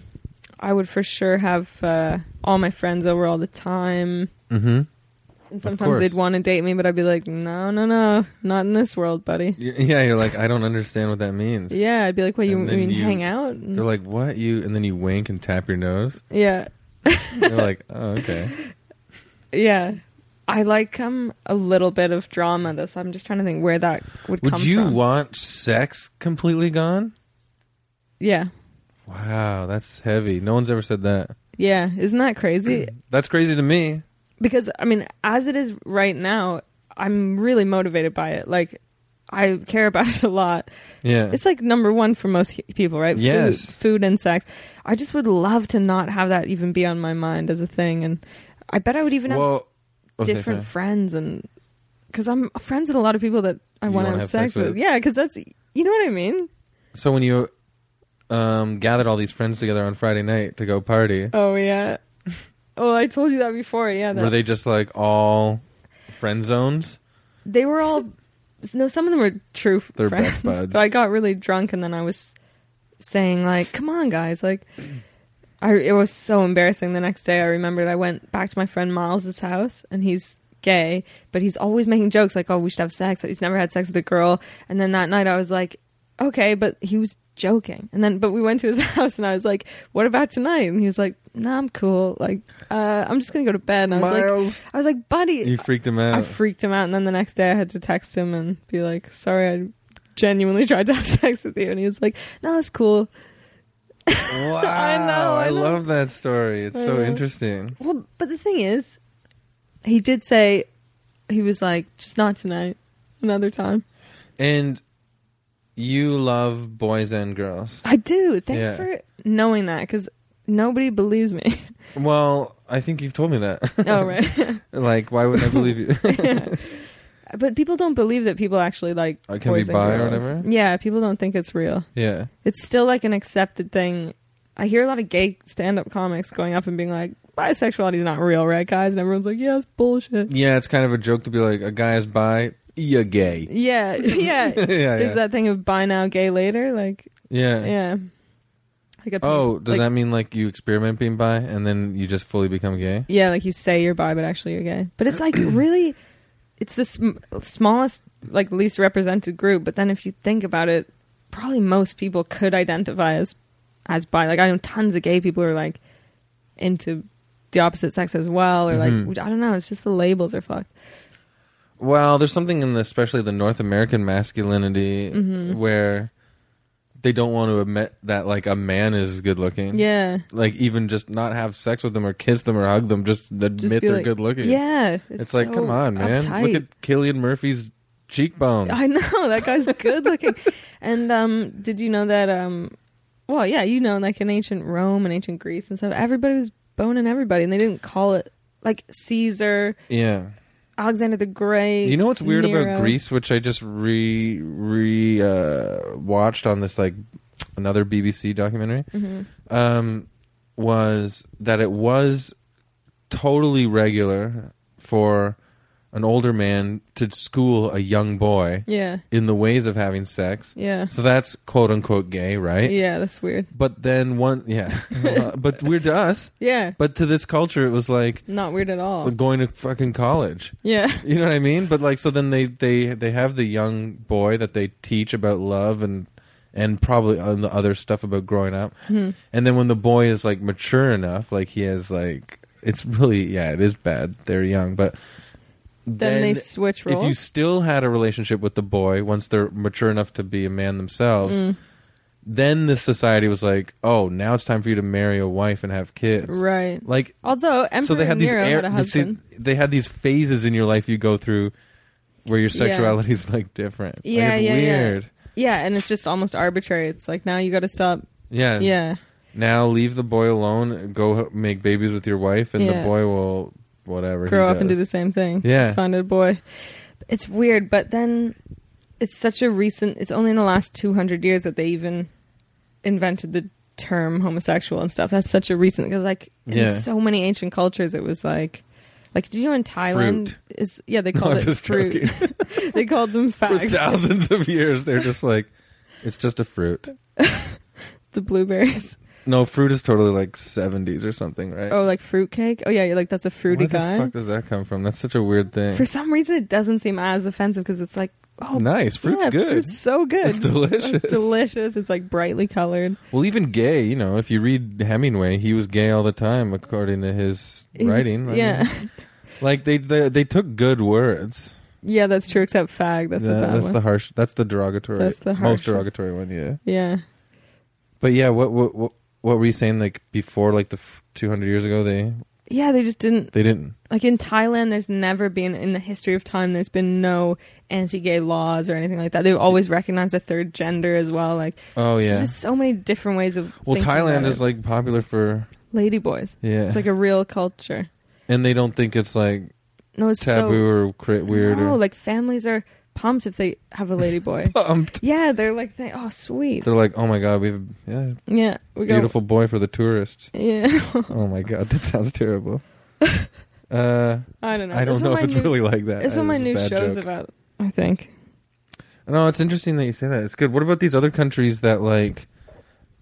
S2: I would for sure have uh, all my friends over all the time.
S1: Mm-hmm.
S2: And
S1: course.
S2: sometimes they'd want to date me, but I'd be like, no, no, no, not in this world, buddy.
S1: Yeah, you're like, I don't understand what that means.
S2: Yeah, I'd be like, what, you
S1: And then
S2: mean
S1: you-
S2: hang out?
S1: They're like, "What you?" And then you wink and tap your nose.
S2: yeah,
S1: They're like, "Oh, okay."
S2: yeah. I like um a little bit of drama though, so I'm just trying to think where that would,
S1: Would
S2: come
S1: you
S2: from.
S1: want sex completely gone?
S2: yeah,
S1: Wow, that's heavy. No one's ever said that.
S2: yeah. Isn't that crazy?
S1: That's crazy to me.
S2: because I mean, as it is right now, I'm really motivated by it. Like, I care about it a lot.
S1: Yeah,
S2: It's like number one for most people, right?
S1: Yes.
S2: Food, food and sex. I just would love to not have that even be on my mind as a thing. And I bet I would even have
S1: well, okay,
S2: different
S1: sorry.
S2: friends and because I'm friends with a lot of people that I
S1: You
S2: want to
S1: wanna have
S2: have, sex,
S1: sex
S2: with.
S1: with.
S2: Yeah, because that's you know what I mean.
S1: So when you um, gathered all these friends together on Friday night to go party,
S2: Oh yeah. Oh, I told you that before. Yeah, that,
S1: were they just like all friend zones?
S2: they were all no some of them were true
S1: They're
S2: friends
S1: best buds.
S2: but i got really drunk and then i was saying like come on guys like I, it was so embarrassing the next day i remembered i went back to my friend miles's house and he's gay but he's always making jokes like oh we should have sex he's never had sex with a girl and then that night i was like okay but he was joking and then but we went to his house and i was like what about tonight and he was like no i'm cool like uh, i'm just gonna go to bed and i was like i was like buddy
S1: you freaked him
S2: I
S1: out.
S2: freaked him out, and then the next day I had to text him and be like, "Sorry, I genuinely tried to have sex with you," and he was like, "No, it's cool."
S1: wow,
S2: I know, I know.
S1: love that story. It's
S2: I
S1: so
S2: know.
S1: interesting.
S2: Well, but the thing is, he did say he was like, "Just not tonight, another time."
S1: And you love boys and girls.
S2: I do. Thanks
S1: Yeah.
S2: for knowing that, because nobody believes me.
S1: Well, I think you've told me that.
S2: oh, right.
S1: like, why would I believe you?
S2: Yeah. But people don't believe that people actually like
S1: I can be
S2: boys and
S1: bi or
S2: girls.
S1: whatever?
S2: Yeah, people don't think it's real.
S1: yeah.
S2: it's still like an accepted thing. I hear a lot of gay stand up comics going up and being like, bisexuality is not real, right, guys? And everyone's like, yeah, it's bullshit.
S1: Yeah, it's kind of a joke to be like, a guy is bi, you're gay.
S2: Yeah, yeah.
S1: yeah,
S2: There's
S1: yeah.
S2: that thing of buy now, gay later. Like,
S1: yeah.
S2: yeah. Like a,
S1: Oh, does
S2: like-
S1: that mean like you experiment being bi and then you just fully become gay?
S2: Yeah, like you say you're bi, but actually you're gay. But it's like really, it's the sm- smallest, like least represented group. But then if you think about it, probably most people could identify as as bi. Like I know tons of gay people who are like into the opposite sex as well, or
S1: Mhm.
S2: like I don't know. It's just the labels are fucked.
S1: Well, there's something in the, especially the North American masculinity
S2: Mm-hmm.
S1: where they don't want to admit that like a man is good looking.
S2: Yeah,
S1: Like even just not have sex with them or kiss them or hug them, just admit
S2: Just be
S1: they're
S2: like-
S1: good looking.
S2: yeah.
S1: It's, like,
S2: so
S1: come on, man.
S2: uptight.
S1: Look at Killian Murphy's cheekbones.
S2: I know that guy's good looking. and um, did you know that? Um, well, yeah, you know, like in ancient Rome and ancient Greece and stuff, everybody was boning everybody, and they didn't call it like Caesar
S1: yeah.
S2: Alexander the Great.
S1: You know what's weird
S2: Nero.
S1: about Greece, which I just re re uh, watched on this like another BBC documentary,
S2: Mm-hmm.
S1: um, was that it was totally regular for an older man to school a young boy
S2: Yeah,
S1: in the ways of having sex.
S2: yeah,
S1: So that's quote unquote gay, right?
S2: yeah. That's weird.
S1: But then one, yeah, Uh, but weird to us.
S2: Yeah,
S1: But to this culture, it was like
S2: not weird at all.
S1: going to fucking college.
S2: Yeah,
S1: You know what I mean? But like, so then they they they have the young boy that they teach about love and and probably on the other stuff about growing up. And then when the boy is like mature enough, like he has like it's really yeah, it is bad. They're young, but
S2: then, they switch
S1: if you
S2: roles.
S1: still had a relationship with the boy once they're mature enough to be a man themselves,
S2: Mm.
S1: then the society was like, oh, now it's time for you to marry a wife and have kids.
S2: right.
S1: Like
S2: Although Emperor
S1: so they had these
S2: Nero
S1: air-
S2: had a
S1: they see-
S2: husband.
S1: they had these phases in your life you go through where your
S2: Yeah.
S1: sexuality is like different.
S2: Yeah,
S1: like, it's
S2: yeah, yeah.
S1: weird.
S2: yeah, and it's just almost arbitrary. It's like now you got to stop.
S1: Yeah.
S2: Yeah,
S1: Now leave the boy alone. Go h- make babies with your wife, and the
S2: Yeah.
S1: boy will whatever. he
S2: grow up and do
S1: does.
S2: the same thing.
S1: Yeah.
S2: find a boy. It's weird, but then it's such a recent. It's only in the last two hundred years that they even invented the term homosexual and stuff. That's such a recent because like in
S1: Yeah.
S2: so many ancient cultures, it was like. Like, did you know in Thailand
S1: Fruit.
S2: is yeah they
S1: No,
S2: called
S1: I'm
S2: it
S1: just
S2: fruit.
S1: joking.
S2: they called them
S1: For
S2: fags.
S1: thousands of years, they're just like, it's just a fruit.
S2: The blueberries.
S1: No, fruit is totally like seventies or something, right?
S2: Oh, like fruitcake. Oh yeah, you're like that's a fruity
S1: Where the
S2: guy.
S1: fuck does that come from? That's such a weird thing.
S2: For some reason, it doesn't seem as offensive because it's like, oh,
S1: nice, fruit's
S2: yeah,
S1: good.
S2: Fruit's so good.
S1: It's delicious.
S2: It's delicious. It's like brightly colored.
S1: Well, even gay, you know, if you read Hemingway, he was gay all the time, according to his
S2: It was-
S1: writing. I mean,
S2: yeah,
S1: like they, they they took good words.
S2: yeah, that's true. Except fag. That's
S1: That-
S2: a bad
S1: that's
S2: one.
S1: the harsh. That's the derogatory.
S2: That's the
S1: most
S2: harshest.
S1: derogatory one. Yeah.
S2: yeah,
S1: But yeah, what what what, what were you saying? Like before, like the two hundred years ago, they
S2: yeah. They just didn't
S1: they didn't.
S2: like in Thailand. There's never been in the history of time. There's been no anti-gay laws or anything like that. They've always recognized a third gender as well. Like
S1: Oh yeah.
S2: there's just so many different ways of.
S1: well,
S2: thinking
S1: Thailand
S2: about
S1: is
S2: it.
S1: like popular for
S2: lady boys.
S1: yeah,
S2: It's like a real culture.
S1: and they don't think it's like
S2: No, it's so
S1: taboo or cri- weird
S2: No,
S1: or
S2: like families are pumped if they have a lady boy.
S1: pumped.
S2: yeah, they're like, they, oh, sweet.
S1: They're like, oh my god, we have yeah,
S2: yeah, we go.
S1: beautiful boy for the tourists.
S2: Yeah,
S1: Oh my god, that sounds terrible. Uh,
S2: I don't know.
S1: I don't
S2: That's what
S1: know if
S2: my
S1: it's
S2: new,
S1: really like that.
S2: It's
S1: That
S2: what my
S1: is a
S2: new
S1: bad
S2: show's
S1: joke.
S2: about. I think.
S1: No, it's interesting that you say that. It's good. What about these other countries that like?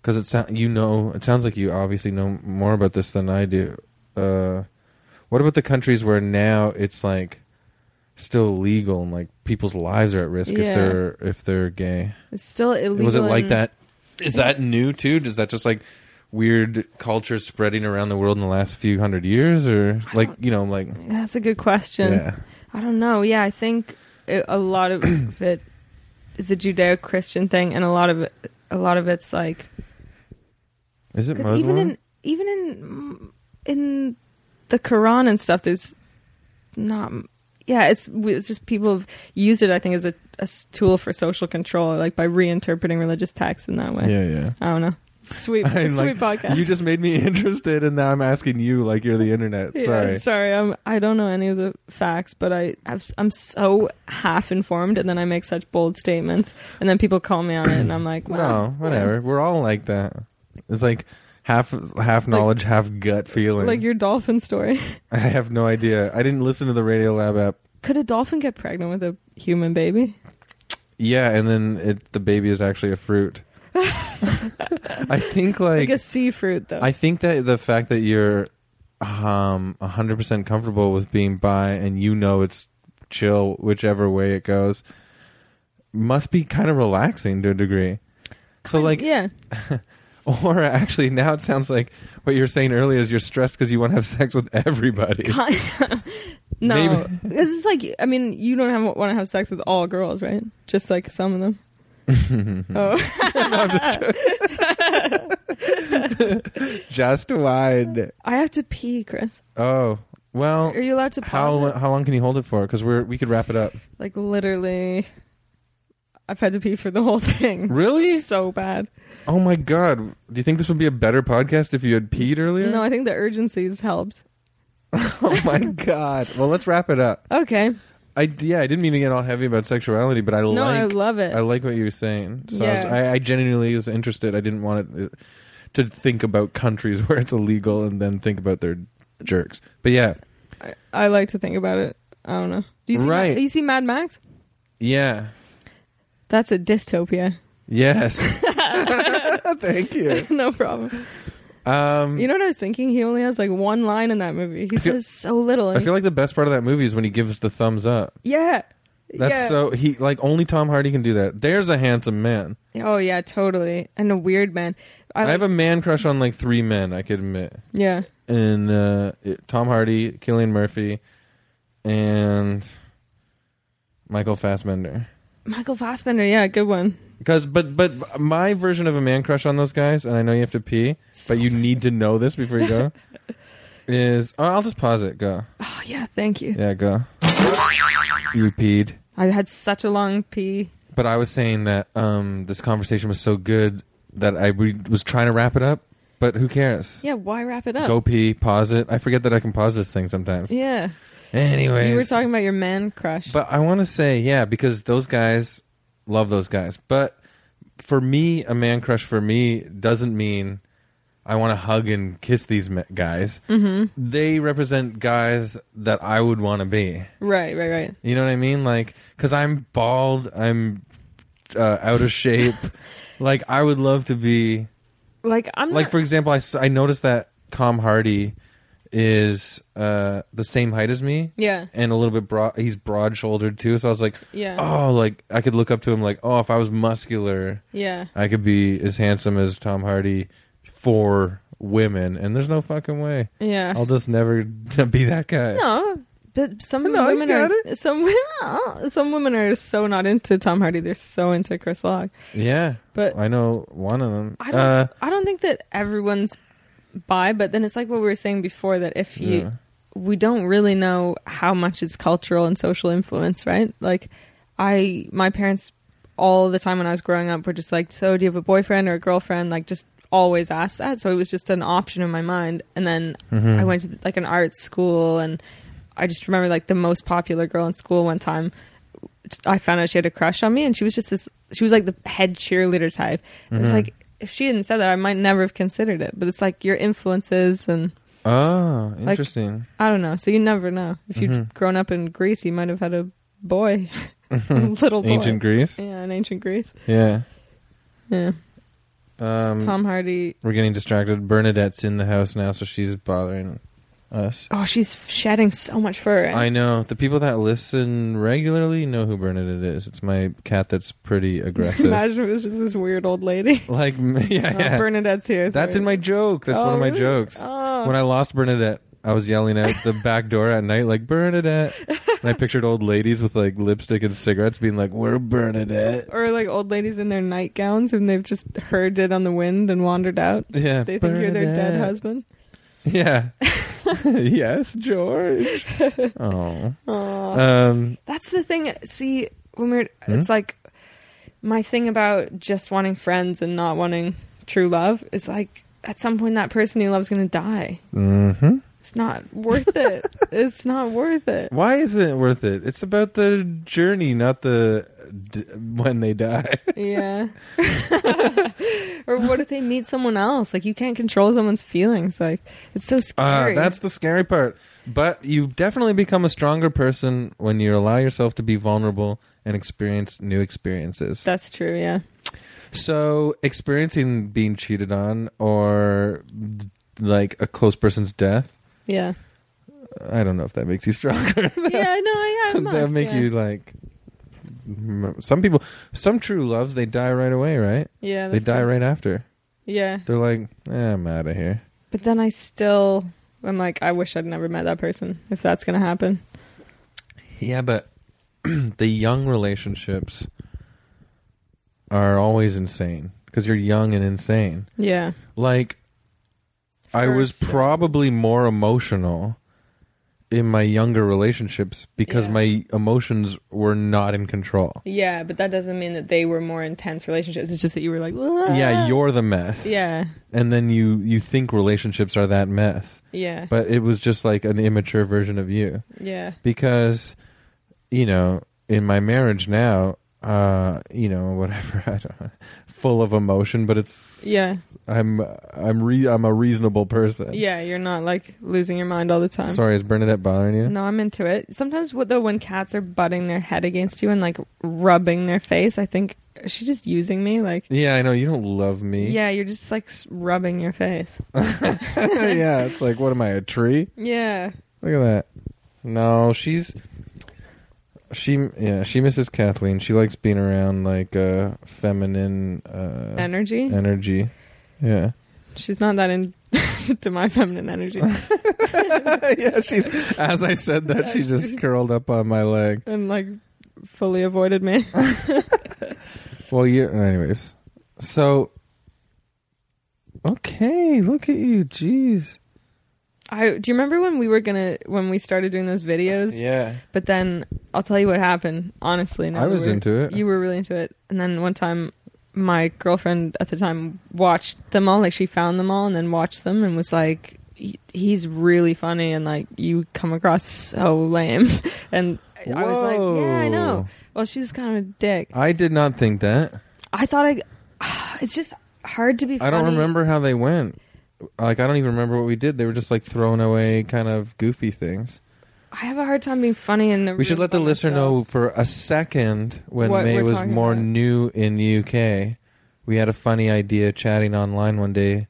S1: Because it sound you know it sounds like you obviously know more about this than I do. Uh, what about the countries where now it's like still legal and like people's lives are at risk
S2: Yeah.
S1: if they're if they're gay?
S2: It's still illegal.
S1: Was it like
S2: in-
S1: that? Is that new too? Does that just like weird culture spreading around the world in the last few hundred years, or
S2: I
S1: like
S2: don't-
S1: you know like
S2: That's a good question.
S1: yeah?
S2: I don't know. Yeah, I think it, a lot of it is a Judeo-Christian thing, and a lot of it, a lot of it's like
S1: Is it
S2: Because
S1: Muslim?
S2: even in even in in the Quran and stuff, there's not. Yeah, it's it's just people have used it. I think as a, a s- tool for social control, like by reinterpreting religious texts in that way.
S1: yeah, yeah.
S2: I don't know. Sweet,
S1: I'm
S2: sweet podcast.
S1: You just made me interested, and now I'm asking you like you're the internet.
S2: Yeah,
S1: Sorry.
S2: sorry. I'm, I don't know any of the facts, but I I've, I'm so half informed, and then I make such bold statements, and then people call me on it, and I'm like, wow,
S1: no, whatever. We're all like that. It's like half half knowledge, half gut feeling.
S2: Like your dolphin story.
S1: I have no idea. I didn't listen to the Radio Lab app.
S2: Could a dolphin get pregnant with a human baby?
S1: Yeah, and then it, the baby is actually a fruit. I think like
S2: like a sea fruit though.
S1: I think that the fact that you're um 100% comfortable with being bi and you know it's chill whichever way it goes must be kind of relaxing to a degree. So like
S2: yeah,
S1: or actually now it sounds like what you were saying earlier is you're stressed cuz you want to have sex with everybody.
S2: kind of. No,
S1: Maybe-
S2: this is like I mean, you don't have, want to have sex with all girls, right? Just like some of them.
S1: Mm.
S2: oh,
S1: Just one.
S2: I have to pee, Chris.
S1: Oh. Well,
S2: Are you allowed to pause?
S1: how uh,
S2: it?
S1: how long can you hold it for cuz we're we could wrap it up.
S2: Like literally, I've had to pee for the whole thing.
S1: Really?
S2: So bad.
S1: Oh my god. Do you think this would be a better podcast if you had peed earlier?
S2: No, I think the urgencies helped.
S1: oh my god. Well, let's wrap it up.
S2: Okay.
S1: I yeah, I didn't mean to get all heavy about sexuality, but I
S2: no,
S1: like
S2: I love it.
S1: I like what you were saying. So I, was,
S2: Yeah.
S1: I, I genuinely was interested. I didn't want it uh, to think about countries where it's illegal and then think about their jerks. But yeah,
S2: I, I like to think about it. I don't know. Do you see
S1: Right.
S2: Mad- you see Mad Max?
S1: yeah,
S2: That's a dystopia.
S1: yes. Thank you.
S2: no problem.
S1: Um,
S2: You know what I was thinking? He only has like one line in that movie. He
S1: I feel-
S2: says so little.
S1: I feel like the best part of that movie is when he gives the thumbs up.
S2: yeah.
S1: That's
S2: yeah.
S1: so he like only Tom Hardy can do that. There's a handsome man.
S2: Oh yeah, totally. And a weird man.
S1: I,
S2: I, like,
S1: have a man crush on like three men. I could admit.
S2: yeah.
S1: and uh, it- Tom Hardy, Killian Murphy, and Michael Fassbender.
S2: Michael Fassbender. Yeah, good one.
S1: Because, but, but my version of a man crush on those guys, and I know you have to pee, but you need to know this before you go. is oh, I'll just pause it. Go,
S2: Oh yeah, thank you.
S1: yeah, go. You peed,
S2: I had such a long pee.
S1: but I was saying that um, this conversation was so good that I re- was trying to wrap it up. But who cares?
S2: Yeah, why wrap it up?
S1: Go pee, pause it. I forget that I can pause this thing sometimes.
S2: Yeah.
S1: Anyways,
S2: You were talking about your man crush.
S1: But I want to say, yeah, because those guys love those guys. But for me, a man crush for me doesn't mean I want to hug and kiss these me- guys. Mm-hmm. They represent guys that I would want to be.
S2: right, right, right.
S1: You know what I mean? Like, because I'm bald, I'm uh, out of shape. like, I would love to be.
S2: Like I'm
S1: Like,
S2: not,
S1: for example, I, s- I noticed that Tom Hardy is uh, the same height as me
S2: Yeah.
S1: and a little bit broad. He's broad shouldered too. So I was like,
S2: Yeah.
S1: oh, like I could look up to him. Like, oh, if I was muscular,
S2: Yeah.
S1: I could be as handsome as Tom Hardy for women. And there's no fucking way.
S2: Yeah.
S1: I'll just never be that guy.
S2: No, but some
S1: No, you
S2: women are
S1: got
S2: some women. Some women are so not into Tom Hardy. They're so into Chris Lock.
S1: Yeah,
S2: But
S1: I know one of them.
S2: I don't.
S1: Uh,
S2: I don't think that everyone's bi. But then it's like what we were saying before that if you,
S1: Yeah.
S2: we don't really know how much is cultural and social influence, right? Like, I my parents all the time when I was growing up were just like, so do you have a boyfriend or a girlfriend? Like, just always ask that. So it was just an option in my mind. And then I went to like an art school and I just remember like the most popular girl in school one time. I found out she had a crush on me, and she was just this. She was like the head cheerleader type. It was like if she hadn't said that, I might never have considered it. But it's like your influences, and
S1: oh, interesting.
S2: I don't know. So you never know. If you'd
S1: Mm-hmm.
S2: grown up in Greece, you might have had a boy, a little oh, boy.
S1: Hmm. Ancient Greece.
S2: yeah, in ancient Greece.
S1: Yeah.
S2: Yeah,
S1: Um,
S2: Tom Hardy.
S1: We're getting distracted. Bernadette's in the house now, so she's bothering us.
S2: Oh, she's shedding so much fur.
S1: I know. The people that listen regularly know who Bernadette is. It's my cat that's pretty aggressive.
S2: Imagine if it was just this weird old lady.
S1: like, yeah,
S2: Oh,
S1: yeah.
S2: Bernadette's here.
S1: that's
S2: sorry.
S1: in my joke. That's one
S2: Oh,
S1: of my
S2: really?
S1: jokes.
S2: Oh.
S1: When I lost Bernadette, I was yelling out the back door at night, like, Bernadette. and I pictured old ladies with, like, lipstick and cigarettes being like, we're Bernadette.
S2: or like old ladies in their nightgowns and they've just heard it on the wind and wandered out.
S1: Yeah.
S2: They think you're their dead
S1: Bernadette.
S2: husband.
S1: Yeah. yes, George. oh.
S2: Aw.
S1: Um,
S2: That's the thing. See, when we're,
S1: Hmm?
S2: it's like my thing about just wanting friends and not wanting true love is like at some point that person you love is going to die.
S1: mhm.
S2: It's not worth it. it's not worth it.
S1: Why isn't it worth it? It's about the journey, not the d- when they die.
S2: Yeah. or what if they meet someone else? Like you can't control someone's feelings. Like it's so
S1: Uh,
S2: scary.
S1: that's the scary part. But you definitely become a stronger person when you allow yourself to be vulnerable and experience new experiences.
S2: that's true. Yeah.
S1: so, experiencing being cheated on or like a close person's death,
S2: Yeah.
S1: I don't know if that makes you stronger.
S2: yeah. No. Yeah. It
S1: that
S2: must,
S1: make
S2: yeah.
S1: you like m- some people, some true loves, they die right away, right?
S2: Yeah.
S1: they
S2: that's
S1: die
S2: true.
S1: right after.
S2: Yeah.
S1: They're like, eh, I'm out of here.
S2: But then I still, I'm like, I wish I'd never met that person. If that's gonna happen.
S1: Yeah, but the young relationships are always insane because you're young and insane.
S2: Yeah.
S1: Like, I was
S2: First-
S1: probably more emotional in my younger relationships because
S2: Yeah.
S1: my emotions were not in control.
S2: Yeah, but that doesn't mean that they were more intense relationships. It's just that you were like, "Ah."
S1: Yeah, you're the mess.
S2: yeah,
S1: And then you you think relationships are that mess.
S2: yeah,
S1: But it was just like an immature version of you
S2: yeah,
S1: because you know, in my marriage now, uh, you know, whatever, I don't full of emotion, but it's
S2: yeah,
S1: I'm I'm re- I'm a reasonable person.
S2: yeah. You're not like losing your mind all the time.
S1: Sorry, is Bernadette bothering you?
S2: No, I'm into it. Sometimes, what though, when cats are butting their head against you and like rubbing their face, I think is she just using me. Like,
S1: Yeah, I know you don't love me.
S2: yeah, you're just like s- rubbing your face.
S1: yeah, it's like what am I a tree?
S2: Yeah,
S1: Look at that. No, she's she yeah, she misses Kathleen. She likes being around like uh feminine uh
S2: energy.
S1: energy. Yeah.
S2: She's not that in to my feminine energy.
S1: yeah, she's as I said that she just curled up on my leg.
S2: and like fully avoided me.
S1: Well, you anyways. So Okay, look at you. Jeez.
S2: I do you remember when we were gonna when we started doing those videos?
S1: Yeah.
S2: But then I'll tell you what happened. Honestly, now
S1: I
S2: that
S1: was
S2: we're-
S1: into it.
S2: You were really into it, and then one time my girlfriend at the time watched them all. Like she found them all and then watched them and was like, "He- "He's really funny," and like you come across so lame. and I was like, "Yeah, I know."
S1: Whoa.
S2: Well, she's kind of a dick.
S1: I did not think that.
S2: I thought I. It's just hard to be.
S1: I don't
S2: funny.
S1: remember how they went. Like I don't even remember what we did. They were just like throwing away kind of goofy things.
S2: I have a hard time being funny in the
S1: We should
S2: room
S1: let the
S2: by
S1: listener
S2: myself.
S1: know for a second when
S2: What
S1: May
S2: we're
S1: was
S2: talking
S1: more
S2: about.
S1: new in the UK. We had a funny idea chatting online one day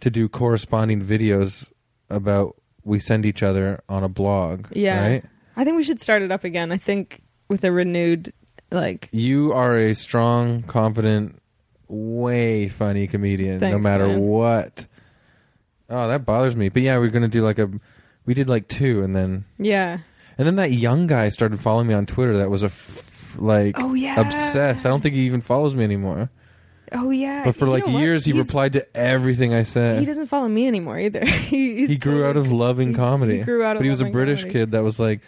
S1: to do corresponding videos about we send each other on a blog.
S2: Yeah.
S1: Right?
S2: I think we should start it up again. I think with a renewed like
S1: You are a strong, confident, way funny comedian, no
S2: Thanks,
S1: matter
S2: man.
S1: what. Oh, that bothers me. But yeah, we're gonna do like a. We did like two, and then
S2: yeah.
S1: and then that young guy started following me on Twitter. That was a f- like
S2: Oh yeah.
S1: obsessed. I don't think he even follows me anymore.
S2: Oh yeah.
S1: But for
S2: You
S1: like
S2: know what?
S1: years, he
S2: He's-
S1: replied to everything I
S2: He
S1: said.
S2: doesn't follow me anymore either. he, he's
S1: He grew out
S2: totally-
S1: of loving
S2: he-
S1: comedy.
S2: He grew out of
S1: but he was a
S2: loving
S1: British
S2: comedy.
S1: kid that was like,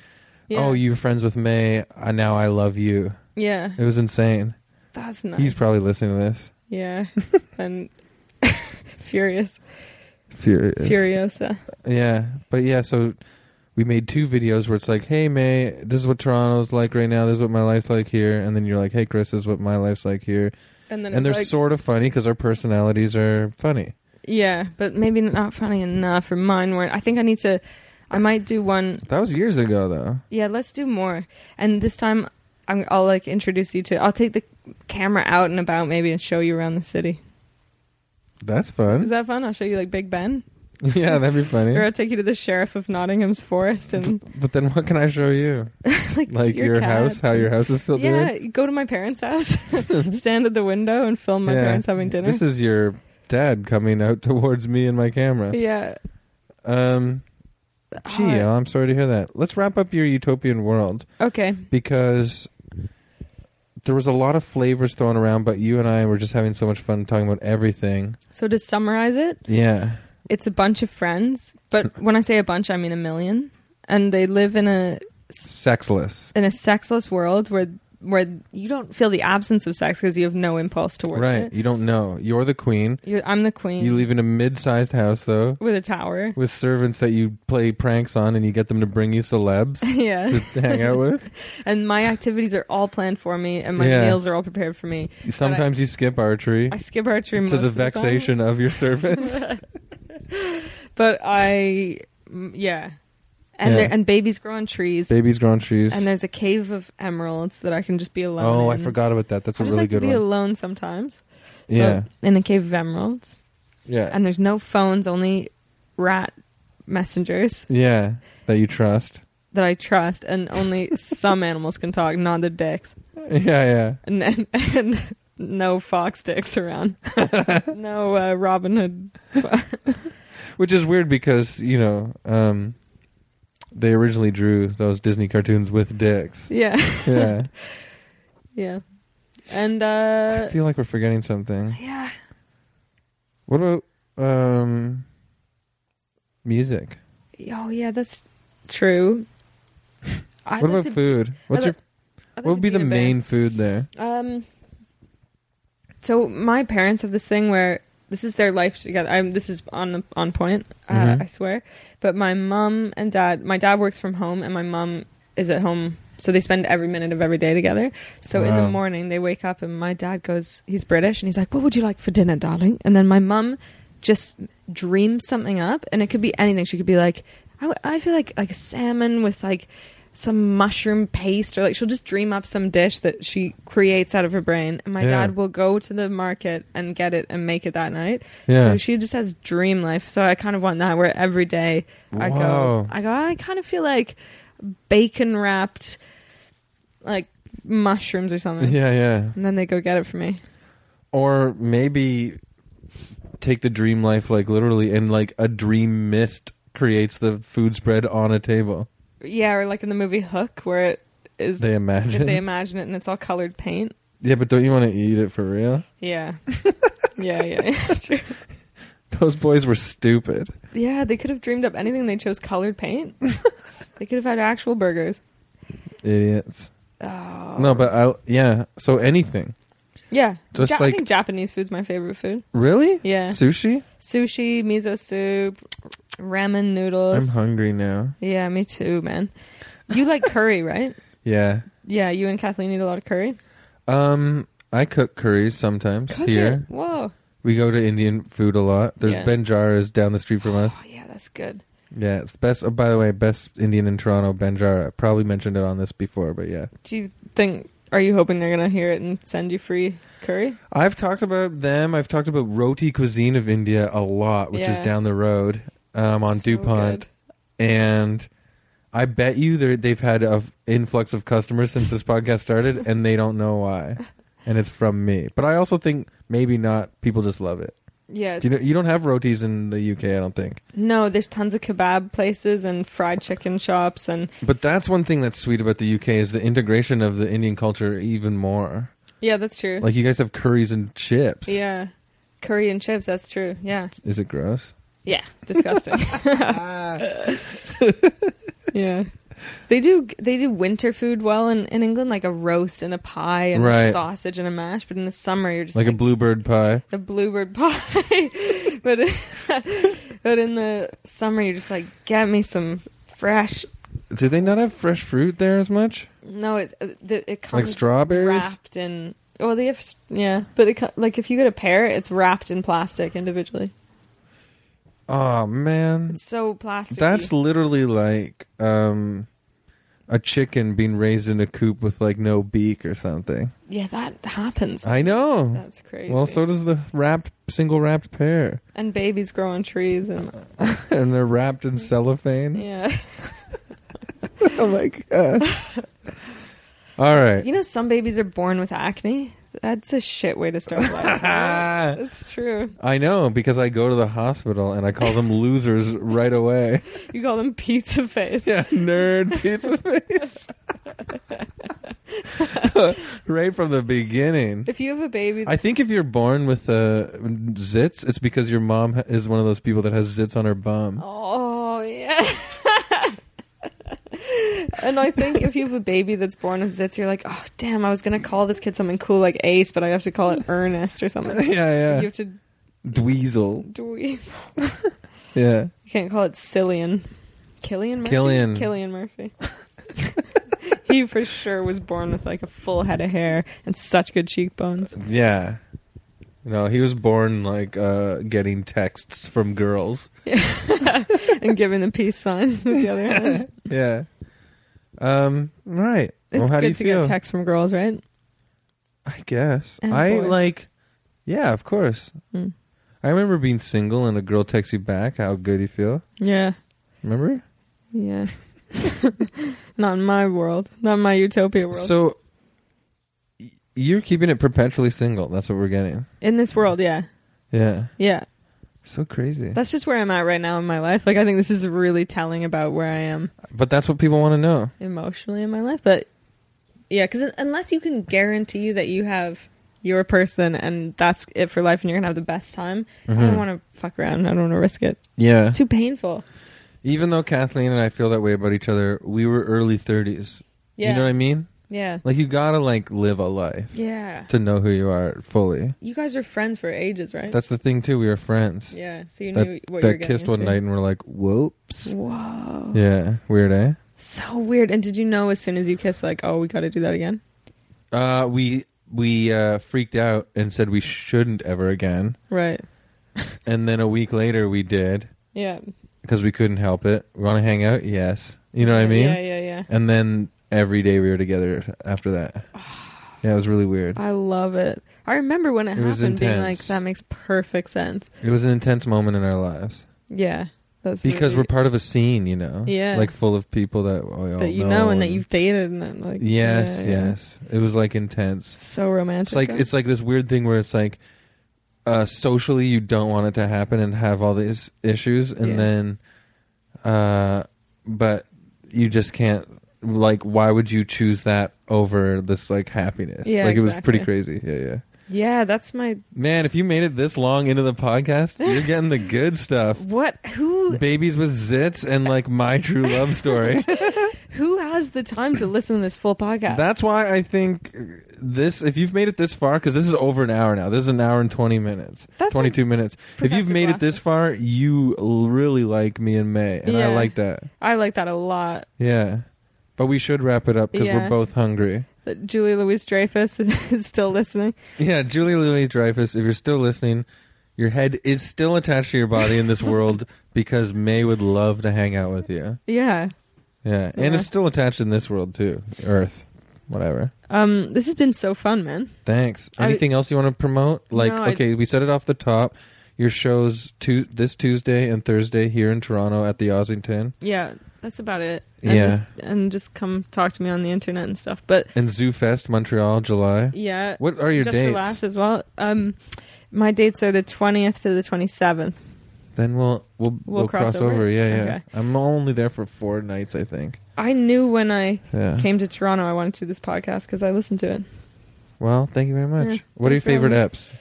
S2: Yeah.
S1: "Oh, you're friends with May. I, now I love you."
S2: Yeah.
S1: It was insane.
S2: That's nice.
S1: He's probably listening to this.
S2: yeah. and furious,
S1: Furious.
S2: furiosa.
S1: Yeah, but yeah, so we made two videos where it's like, "Hey May, this is what Toronto's like right now. This is what my life's like here," and then you're like, "Hey Chris, this is what my life's like here,"
S2: And then
S1: and, they're
S2: it's like,
S1: sort of funny because our personalities are funny.
S2: yeah, but maybe not funny enough. Or mine weren't. I think I need to. I might do one
S1: That was years ago though.
S2: Yeah, let's do more. And this time, I'm, I'll like introduce you to. I'll take the camera out and about maybe and show you around the city.
S1: That's fun.
S2: Is that fun? I'll show you like Big Ben,
S1: yeah, that'd be
S2: or
S1: funny.
S2: I'll take you to the sheriff of Nottingham's forest and
S1: But then what can I show you?
S2: like,
S1: Like your, house,
S2: cats
S1: how
S2: and-
S1: your house is still
S2: yeah,
S1: doing.
S2: go to my parents' house, stand at the window, and film my
S1: Yeah.
S2: parents having dinner.
S1: This is your dad coming out towards me and my camera.
S2: yeah,
S1: Um, gee, uh,
S2: Oh,
S1: I'm sorry to hear that. Let's wrap up your utopian world.
S2: okay.
S1: because there was a lot of flavors thrown around, but you and I were just having so much fun talking about everything.
S2: So to summarize it,
S1: Yeah.
S2: it's a bunch of friends, but when I say a bunch, I mean a million, and they live in a
S1: Sexless.
S2: in a sexless world where where you don't feel the absence of sex because you have no impulse towards
S1: right.
S2: it.
S1: You don't know. You're the queen.
S2: You're, I'm the queen
S1: You live in a mid sized house, though,
S2: with a tower.
S1: with servants that you play pranks on and you get them to bring you celebs to
S2: yeah,
S1: hang out with.
S2: and my activities are all planned for me, and my
S1: Yeah.
S2: meals are all prepared for me.
S1: Sometimes you skip archery
S2: I skip archery most
S1: to the
S2: of time.
S1: vexation of your servants.
S2: but I, mm, yeah, and
S1: Yeah.
S2: there and babies grow on trees,
S1: Babies grow on trees.
S2: and there's a cave of emeralds that I can just be alone.
S1: Oh, I
S2: in.
S1: forgot about that. That's
S2: I
S1: a
S2: just
S1: really
S2: like
S1: good
S2: to be
S1: one.
S2: alone sometimes. So
S1: Yeah.
S2: in a cave of emeralds.
S1: yeah.
S2: and there's no phones, only rat messengers
S1: yeah. That you trust.
S2: that I trust, and only some animals can talk, not the dicks,
S1: Yeah, yeah.
S2: and and, and no fox dicks around, no uh, Robin Hood.
S1: Which is weird because you know um, they originally drew those Disney cartoons with dicks.
S2: Yeah,
S1: Yeah,
S2: yeah, and
S1: I
S2: uh,
S1: feel like we're forgetting something.
S2: yeah,
S1: What about um, music?
S2: oh yeah, that's true. I
S1: what about food? What's your what would be the main food there?
S2: Um. So my parents have this thing where this is their life together. I'm, this is on the on point. Uh,
S1: Mhm.
S2: I swear. But my mom and dad. My dad works from home, and my mom is at home. So they spend every minute of every day together. So in the
S1: Wow.
S2: morning they wake up, and my dad goes. He's British, and he's like, "What would you like for dinner, darling?" And then my mom just dreams something up, and it could be anything. She could be like, I, w- I feel like like salmon with like some mushroom paste or like she'll just dream up some dish that she creates out of her brain and my
S1: Yeah.
S2: dad will go to the market and get it and make it that night
S1: Yeah.
S2: so she just has dream life so i kind of want that where every day i
S1: Wow.
S2: go i go i kind of feel like bacon wrapped like mushrooms or something
S1: yeah, yeah.
S2: and then they go get it for me
S1: Or maybe take the dream life like literally and like a dream mist creates the food spread on a table.
S2: yeah or like in the movie hook where it is
S1: They imagine.
S2: they imagine it and it's all colored paint
S1: yeah, but don't you want to eat it for real?
S2: yeah yeah yeah True.
S1: Those boys were stupid.
S2: Yeah, they could have dreamed up anything. They chose colored paint. they could have had actual burgers.
S1: Idiots.
S2: Oh.
S1: No, but I ja so anything.
S2: yeah,
S1: just
S2: Ja-
S1: like-
S2: I think Japanese food's my favorite food.
S1: Really?
S2: Yeah,
S1: Sushi?
S2: sushi, miso soup, ramen noodles.
S1: I'm hungry now.
S2: Yeah, me too, man. You like curry, right?
S1: Yeah.
S2: Yeah, you and Kathleen eat a lot of curry.
S1: Um I cook curries sometimes
S2: Cook
S1: here.
S2: it. Whoa.
S1: We go to Indian food a lot. There's
S2: Yeah.
S1: Benjara's down the street from us.
S2: Oh yeah, that's good.
S1: Yeah, it's best. Oh, by the way, best Indian in Toronto, Banjara. Probably mentioned it on this before, but yeah,
S2: Do you think? Are you hoping they're gonna hear it and send you free curry?
S1: I've talked about them. I've talked about roti cuisine of India a lot, which
S2: Yeah.
S1: is down the road um, on
S2: So
S1: Dupont,
S2: good.
S1: and I bet you they're- they've had a f- influx of customers since this podcast started, and they don't know why. And it's from me, but I also think maybe not. People just love it.
S2: Yeah,
S1: Do you know,
S2: it's-
S1: you don't have rotis in the UK, I don't think.
S2: No, there's tons of kebab places and fried chicken shops and
S1: But that's one thing that's sweet about the UK is the integration of the Indian culture even more.
S2: yeah, that's true.
S1: Like you guys have curries and chips.
S2: Yeah. Curry and chips, that's true. Yeah.
S1: Is it gross?
S2: Yeah. Disgusting.
S1: Ah.
S2: yeah. They do they do winter food well in, in England, like a roast and a pie and
S1: Right.
S2: a sausage and a mash, but in the summer you're just
S1: like
S2: like,
S1: a bluebird pie.
S2: a bluebird pie. but but in the summer you're just like, get me some fresh
S1: Do they not have fresh fruit there as much?
S2: no, it's uh, the- it comes
S1: strawberries?
S2: wrapped in well, they have s- yeah, but it, co- like if you get a pear, it's wrapped in plastic individually.
S1: Oh man.
S2: It's so plastic.
S1: That's literally like um a chicken being raised in a coop with like no beak or something.
S2: Yeah, that happens.
S1: I know.
S2: That's crazy.
S1: Well, so does the wrapped single wrapped pear.
S2: and babies grow on trees and
S1: and they're wrapped in cellophane.
S2: yeah.
S1: oh my god. All right.
S2: You know, some babies are born with acne. That's a shit way to start life. right? That's true.
S1: I know because I go to the hospital and I call them losers right away.
S2: You call them pizza face.
S1: Yeah, nerd pizza face. right from the beginning.
S2: If you have a baby,
S1: I think if you're born with uh, zits, it's because your mom ha- is one of those people that has zits on her bum.
S2: oh yeah. and I think if you have a baby that's born with zits, you're like, oh damn, I was gonna call this kid something cool like Ace, but I have to call it Ernest or something.
S1: yeah, yeah.
S2: You have to
S1: Dweezil.
S2: do. You
S1: Yeah.
S2: can't call it Cillian. Killian Murphy.
S1: Killian.
S2: Killian Murphy. he for sure was born with like a full head of hair and such good cheekbones.
S1: Yeah. No, he was born like uh, getting texts from girls.
S2: and giving the peace sign with the other hand.
S1: Yeah. Um. Right.
S2: It's
S1: well, how do you
S2: good to
S1: feel?
S2: get texts from girls, right?
S1: I guess.
S2: And
S1: I
S2: boys.
S1: like Yeah, of course.
S2: Mm.
S1: I remember being single and a girl texts you back how good you feel.
S2: Yeah.
S1: Remember?
S2: Yeah. Not in my world. Not in my utopia world.
S1: So y- you're keeping it perpetually single. That's what we're getting.
S2: in this world, yeah.
S1: Yeah.
S2: Yeah.
S1: So crazy.
S2: That's just where I'm at right now in my life. Like I think this is really telling about where I am
S1: but that's what people want to know.
S2: emotionally in my life, but yeah, cuz unless you can guarantee that you have your person and that's it for life and you're going to have the best time, I
S1: Mhm.
S2: don't want to fuck around. I don't want to risk it.
S1: Yeah.
S2: It's too painful.
S1: Even though Kathleen and I feel that way about each other, we were early 30s.
S2: Yeah.
S1: You know what I mean?
S2: yeah.
S1: Like you gotta like live a life
S2: Yeah.
S1: to know who you are fully.
S2: You guys were friends for ages, right?
S1: That's the thing too. We were friends
S2: yeah. So you
S1: that-
S2: knew what you were
S1: that
S2: getting
S1: kissed one
S2: into.
S1: night and we're like, whoops.
S2: Whoa.
S1: Yeah, weird, eh?
S2: So weird. And did you know as soon as you kissed, like, oh, we got to do that again?
S1: Uh, we we uh, freaked out and said we shouldn't ever again.
S2: Right.
S1: And then a week later, we did
S2: Yeah.
S1: because we couldn't help it. We want to hang out, yes. You know what I mean?
S2: Yeah, yeah, yeah.
S1: And then every day we were together after that. Yeah, it was really weird.
S2: I love it. I remember when it,
S1: It was
S2: happened, being like,
S1: intense.
S2: that makes perfect sense.
S1: It was an intense moment in our lives
S2: Yeah. That's
S1: because we're
S2: really-
S1: part of a scene, you know.
S2: Yeah.
S1: like full of people that we all
S2: that you know, and that you've dated and then like
S1: Yes,
S2: yeah, yeah.
S1: yes. It was like intense.
S2: So romantic.
S1: It's like
S2: though.
S1: it's like this weird thing where it's like uh socially you don't want it to happen and have all these issues and
S2: Yeah.
S1: then uh but you just can't like why would you choose that over this like happiness?
S2: Yeah,
S1: like it was pretty
S2: exactly.
S1: crazy. Yeah, yeah.
S2: yeah, that's my
S1: Man, if you made it this long into the podcast, you're getting the good stuff.
S2: what who
S1: Babies with zits and like my true love story.
S2: who has the time to listen to this full podcast?
S1: That's why I think this. If you've made it this far, because this is over an hour now. This is an hour and twenty minutes,
S2: That's
S1: twenty-two minutes. If you've
S2: Professor
S1: made it
S2: Glasser.
S1: this far, you l- really like me and May, and I
S2: Yeah.
S1: like that.
S2: I like that a lot.
S1: Yeah, but we should wrap it up because we're
S2: Yeah.
S1: both hungry.
S2: That Julie Louis Dreyfus is, is still listening.
S1: Yeah, Julie Louis Dreyfus, if you're still listening, your head is still attached to your body in this world because May would love to hang out with you.
S2: Yeah.
S1: Yeah, and it's still attached in this world too. Earth, whatever.
S2: Um this has been so fun, man.
S1: Thanks.
S2: I-
S1: Anything else you want to promote? Like,
S2: No, I-
S1: okay, we said it off the top. Your shows tu- this Tuesday and Thursday here in Toronto at the Ossington
S2: Yeah, that's about it.
S1: And Yeah.
S2: just,
S1: just-
S2: and just come talk to me on the internet and stuff. But
S1: and Zoo Fest Montreal, July.
S2: yeah,
S1: What are your
S2: just
S1: dates?
S2: for laughs as well. Um, my dates are the twentieth to the twenty seventh.
S1: Then we'll we'll we'll, cross, over. Yeah, yeah.
S2: Okay.
S1: I'm only there for four nights, I think.
S2: I knew when I
S1: Yeah.
S2: came to Toronto, I wanted to do this podcast because I listened to it.
S1: Well, thank you very much.
S2: Yeah,
S1: what are your
S2: thanks for having
S1: favorite eps?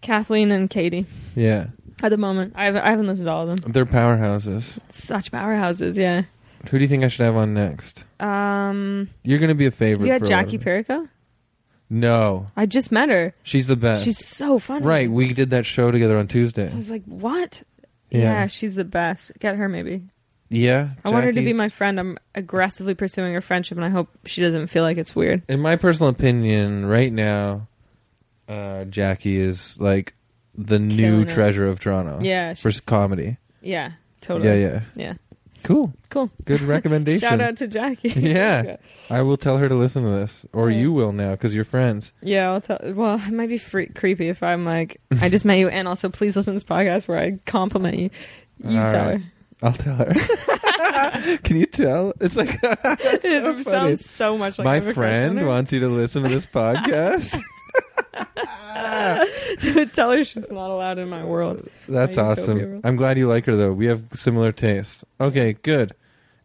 S2: Kathleen and Katie.
S1: Yeah,
S2: At the moment, I haven't, I haven't listened to all of them.
S1: they're powerhouses.
S2: Such powerhouses, yeah.
S1: Who do you think I should have on next?
S2: Um,
S1: You're gonna be a
S2: have
S1: favorite.
S2: you had
S1: for a lot
S2: Jackie
S1: of-
S2: Perico?
S1: No,
S2: I just met her.
S1: she's the best.
S2: She's so funny.
S1: right. We did that show together on Tuesday.
S2: I was like, what? Yeah.
S1: Yeah.
S2: she's the best. Get her maybe.
S1: Yeah,
S2: I want her to be
S1: Jackie's-
S2: my friend. I'm aggressively pursuing her friendship, and I hope she doesn't feel like it's weird.
S1: In my personal opinion, right now, uh, Jackie is like the new
S2: Killing it.
S1: treasure of Toronto
S2: Yeah,
S1: for
S2: she's-
S1: comedy.
S2: yeah, totally.
S1: Uh, Yeah, yeah.
S2: yeah.
S1: Cool.
S2: Cool.
S1: Good recommendation.
S2: Shout out to Jackie.
S1: Yeah. I will tell her to listen to this, or
S2: Yeah.
S1: you will now because you're friends.
S2: Yeah, I'll tell. Well, it might be free- creepy if I'm like, I just met you, and also please listen to this podcast where I compliment you. You
S1: All
S2: tell
S1: right.
S2: her.
S1: I'll tell her. Can you tell? It's like
S2: it
S1: so funny.
S2: sounds so much like I
S1: my
S2: have a crush
S1: friend
S2: on
S1: wants you to listen to this podcast.
S2: her. tell her she's not allowed in my world.
S1: That's
S2: My
S1: awesome.
S2: utopia world.
S1: I'm glad you like her though. We have similar tastes. Okay, good.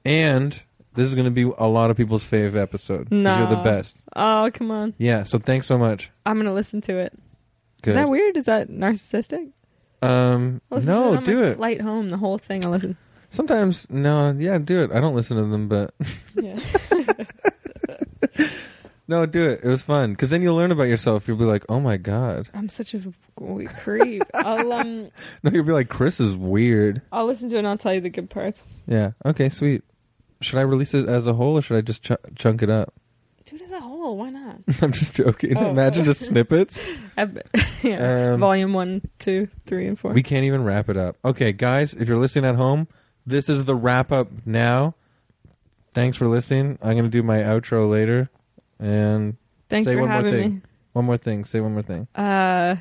S1: And this is going to be a lot of people's fave episode. 'cause you're the
S2: No.
S1: best.
S2: Oh come on!
S1: Yeah. So thanks so much.
S2: I'm gonna listen to it. Is
S1: Good.
S2: that weird? Is that narcissistic?
S1: um,
S2: I'll listen to it
S1: no,
S2: on
S1: do
S2: my
S1: it.
S2: Flight home, the whole thing. I listen.
S1: Sometimes, no, yeah, do it. I don't listen to them, but
S2: Yeah.
S1: no, do it. It was fun because then you'll learn about yourself. You'll be like, oh my god.
S2: I'm such a w- creep. I'll um,
S1: No, you'll be like, Chris is weird.
S2: I'll listen to it. and I'll tell you the good parts.
S1: Yeah. Okay. Sweet. Should I release it as a whole or should I just ch- chunk it up?
S2: Dude, as a whole, why not?
S1: I'm just joking.
S2: Oh.
S1: Imagine just snippets.
S2: Ab- yeah.
S1: Um,
S2: Volume one, two, three, and four.
S1: We can't even wrap it up. Okay, guys, if you're listening at home, this is the wrap up now. Thanks for listening. I'm going to do my outro later. And
S2: Thanks
S1: say
S2: for
S1: one more
S2: having
S1: thing.
S2: me.
S1: one more thing. Say one more thing.
S2: Uh,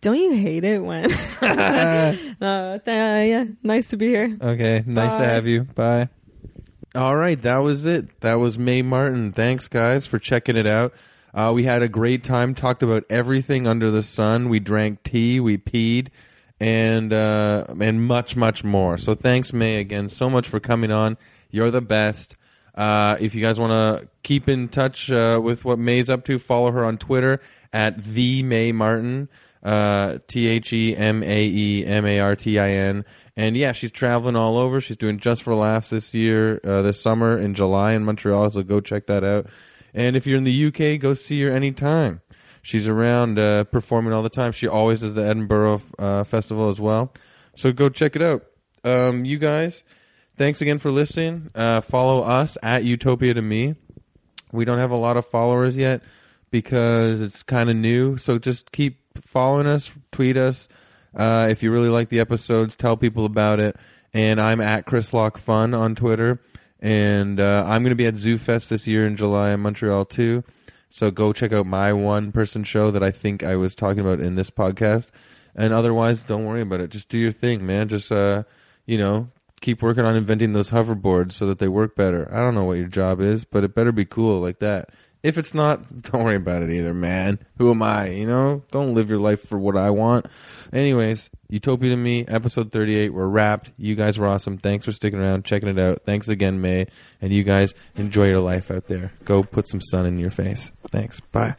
S2: don't you hate it when? uh, th- yeah, nice to be here.
S1: Okay, nice
S2: Bye.
S1: to have you. Bye.
S3: All right, that was it. That was Mae Martin. Thanks, guys, for checking it out. Uh, we had a great time. Talked about everything under the sun. We drank tea. We peed, and uh, and much, much more. So thanks, May, again, so much for coming on. You're the best. Uh, if you guys want to keep in touch uh, with what May's up to, follow her on Twitter at the May Martin.
S1: uh, T H E M A E M A R T I N. And yeah, she's traveling all over. She's doing Just for Laughs this year, uh, this summer in July in Montreal. So go check that out. And if you're in the UK, go see her anytime. She's around uh, performing all the time. She always does the Edinburgh uh, Festival as well. So go check it out. Um, you guys, thanks again for listening. Uh, follow us at Utopia to Me. We don't have a lot of followers yet because it's kind of new. So just keep following us, tweet us. Uh, if you really like the episodes, tell people about it. And I'm at Chris Lock Fun on Twitter. And uh, I'm going to be at Zoo Fest this year in July in Montreal too. So go check out my one person show that I think I was talking about in this podcast. And otherwise, don't worry about it. Just do your thing, man. Just, uh, you know, keep working on inventing those hoverboards so that they work better. I don't know what your job is, but it better be cool like that. If it's not, don't worry about it either, man. Who am I? You know, don't live your life for what I want. Anyways, Utopia to Me, episode 38. We're wrapped. You guys were awesome. Thanks for sticking around, checking it out. Thanks again, May. And you guys enjoy your life out there. Go put some sun in your face. Thanks. Bye.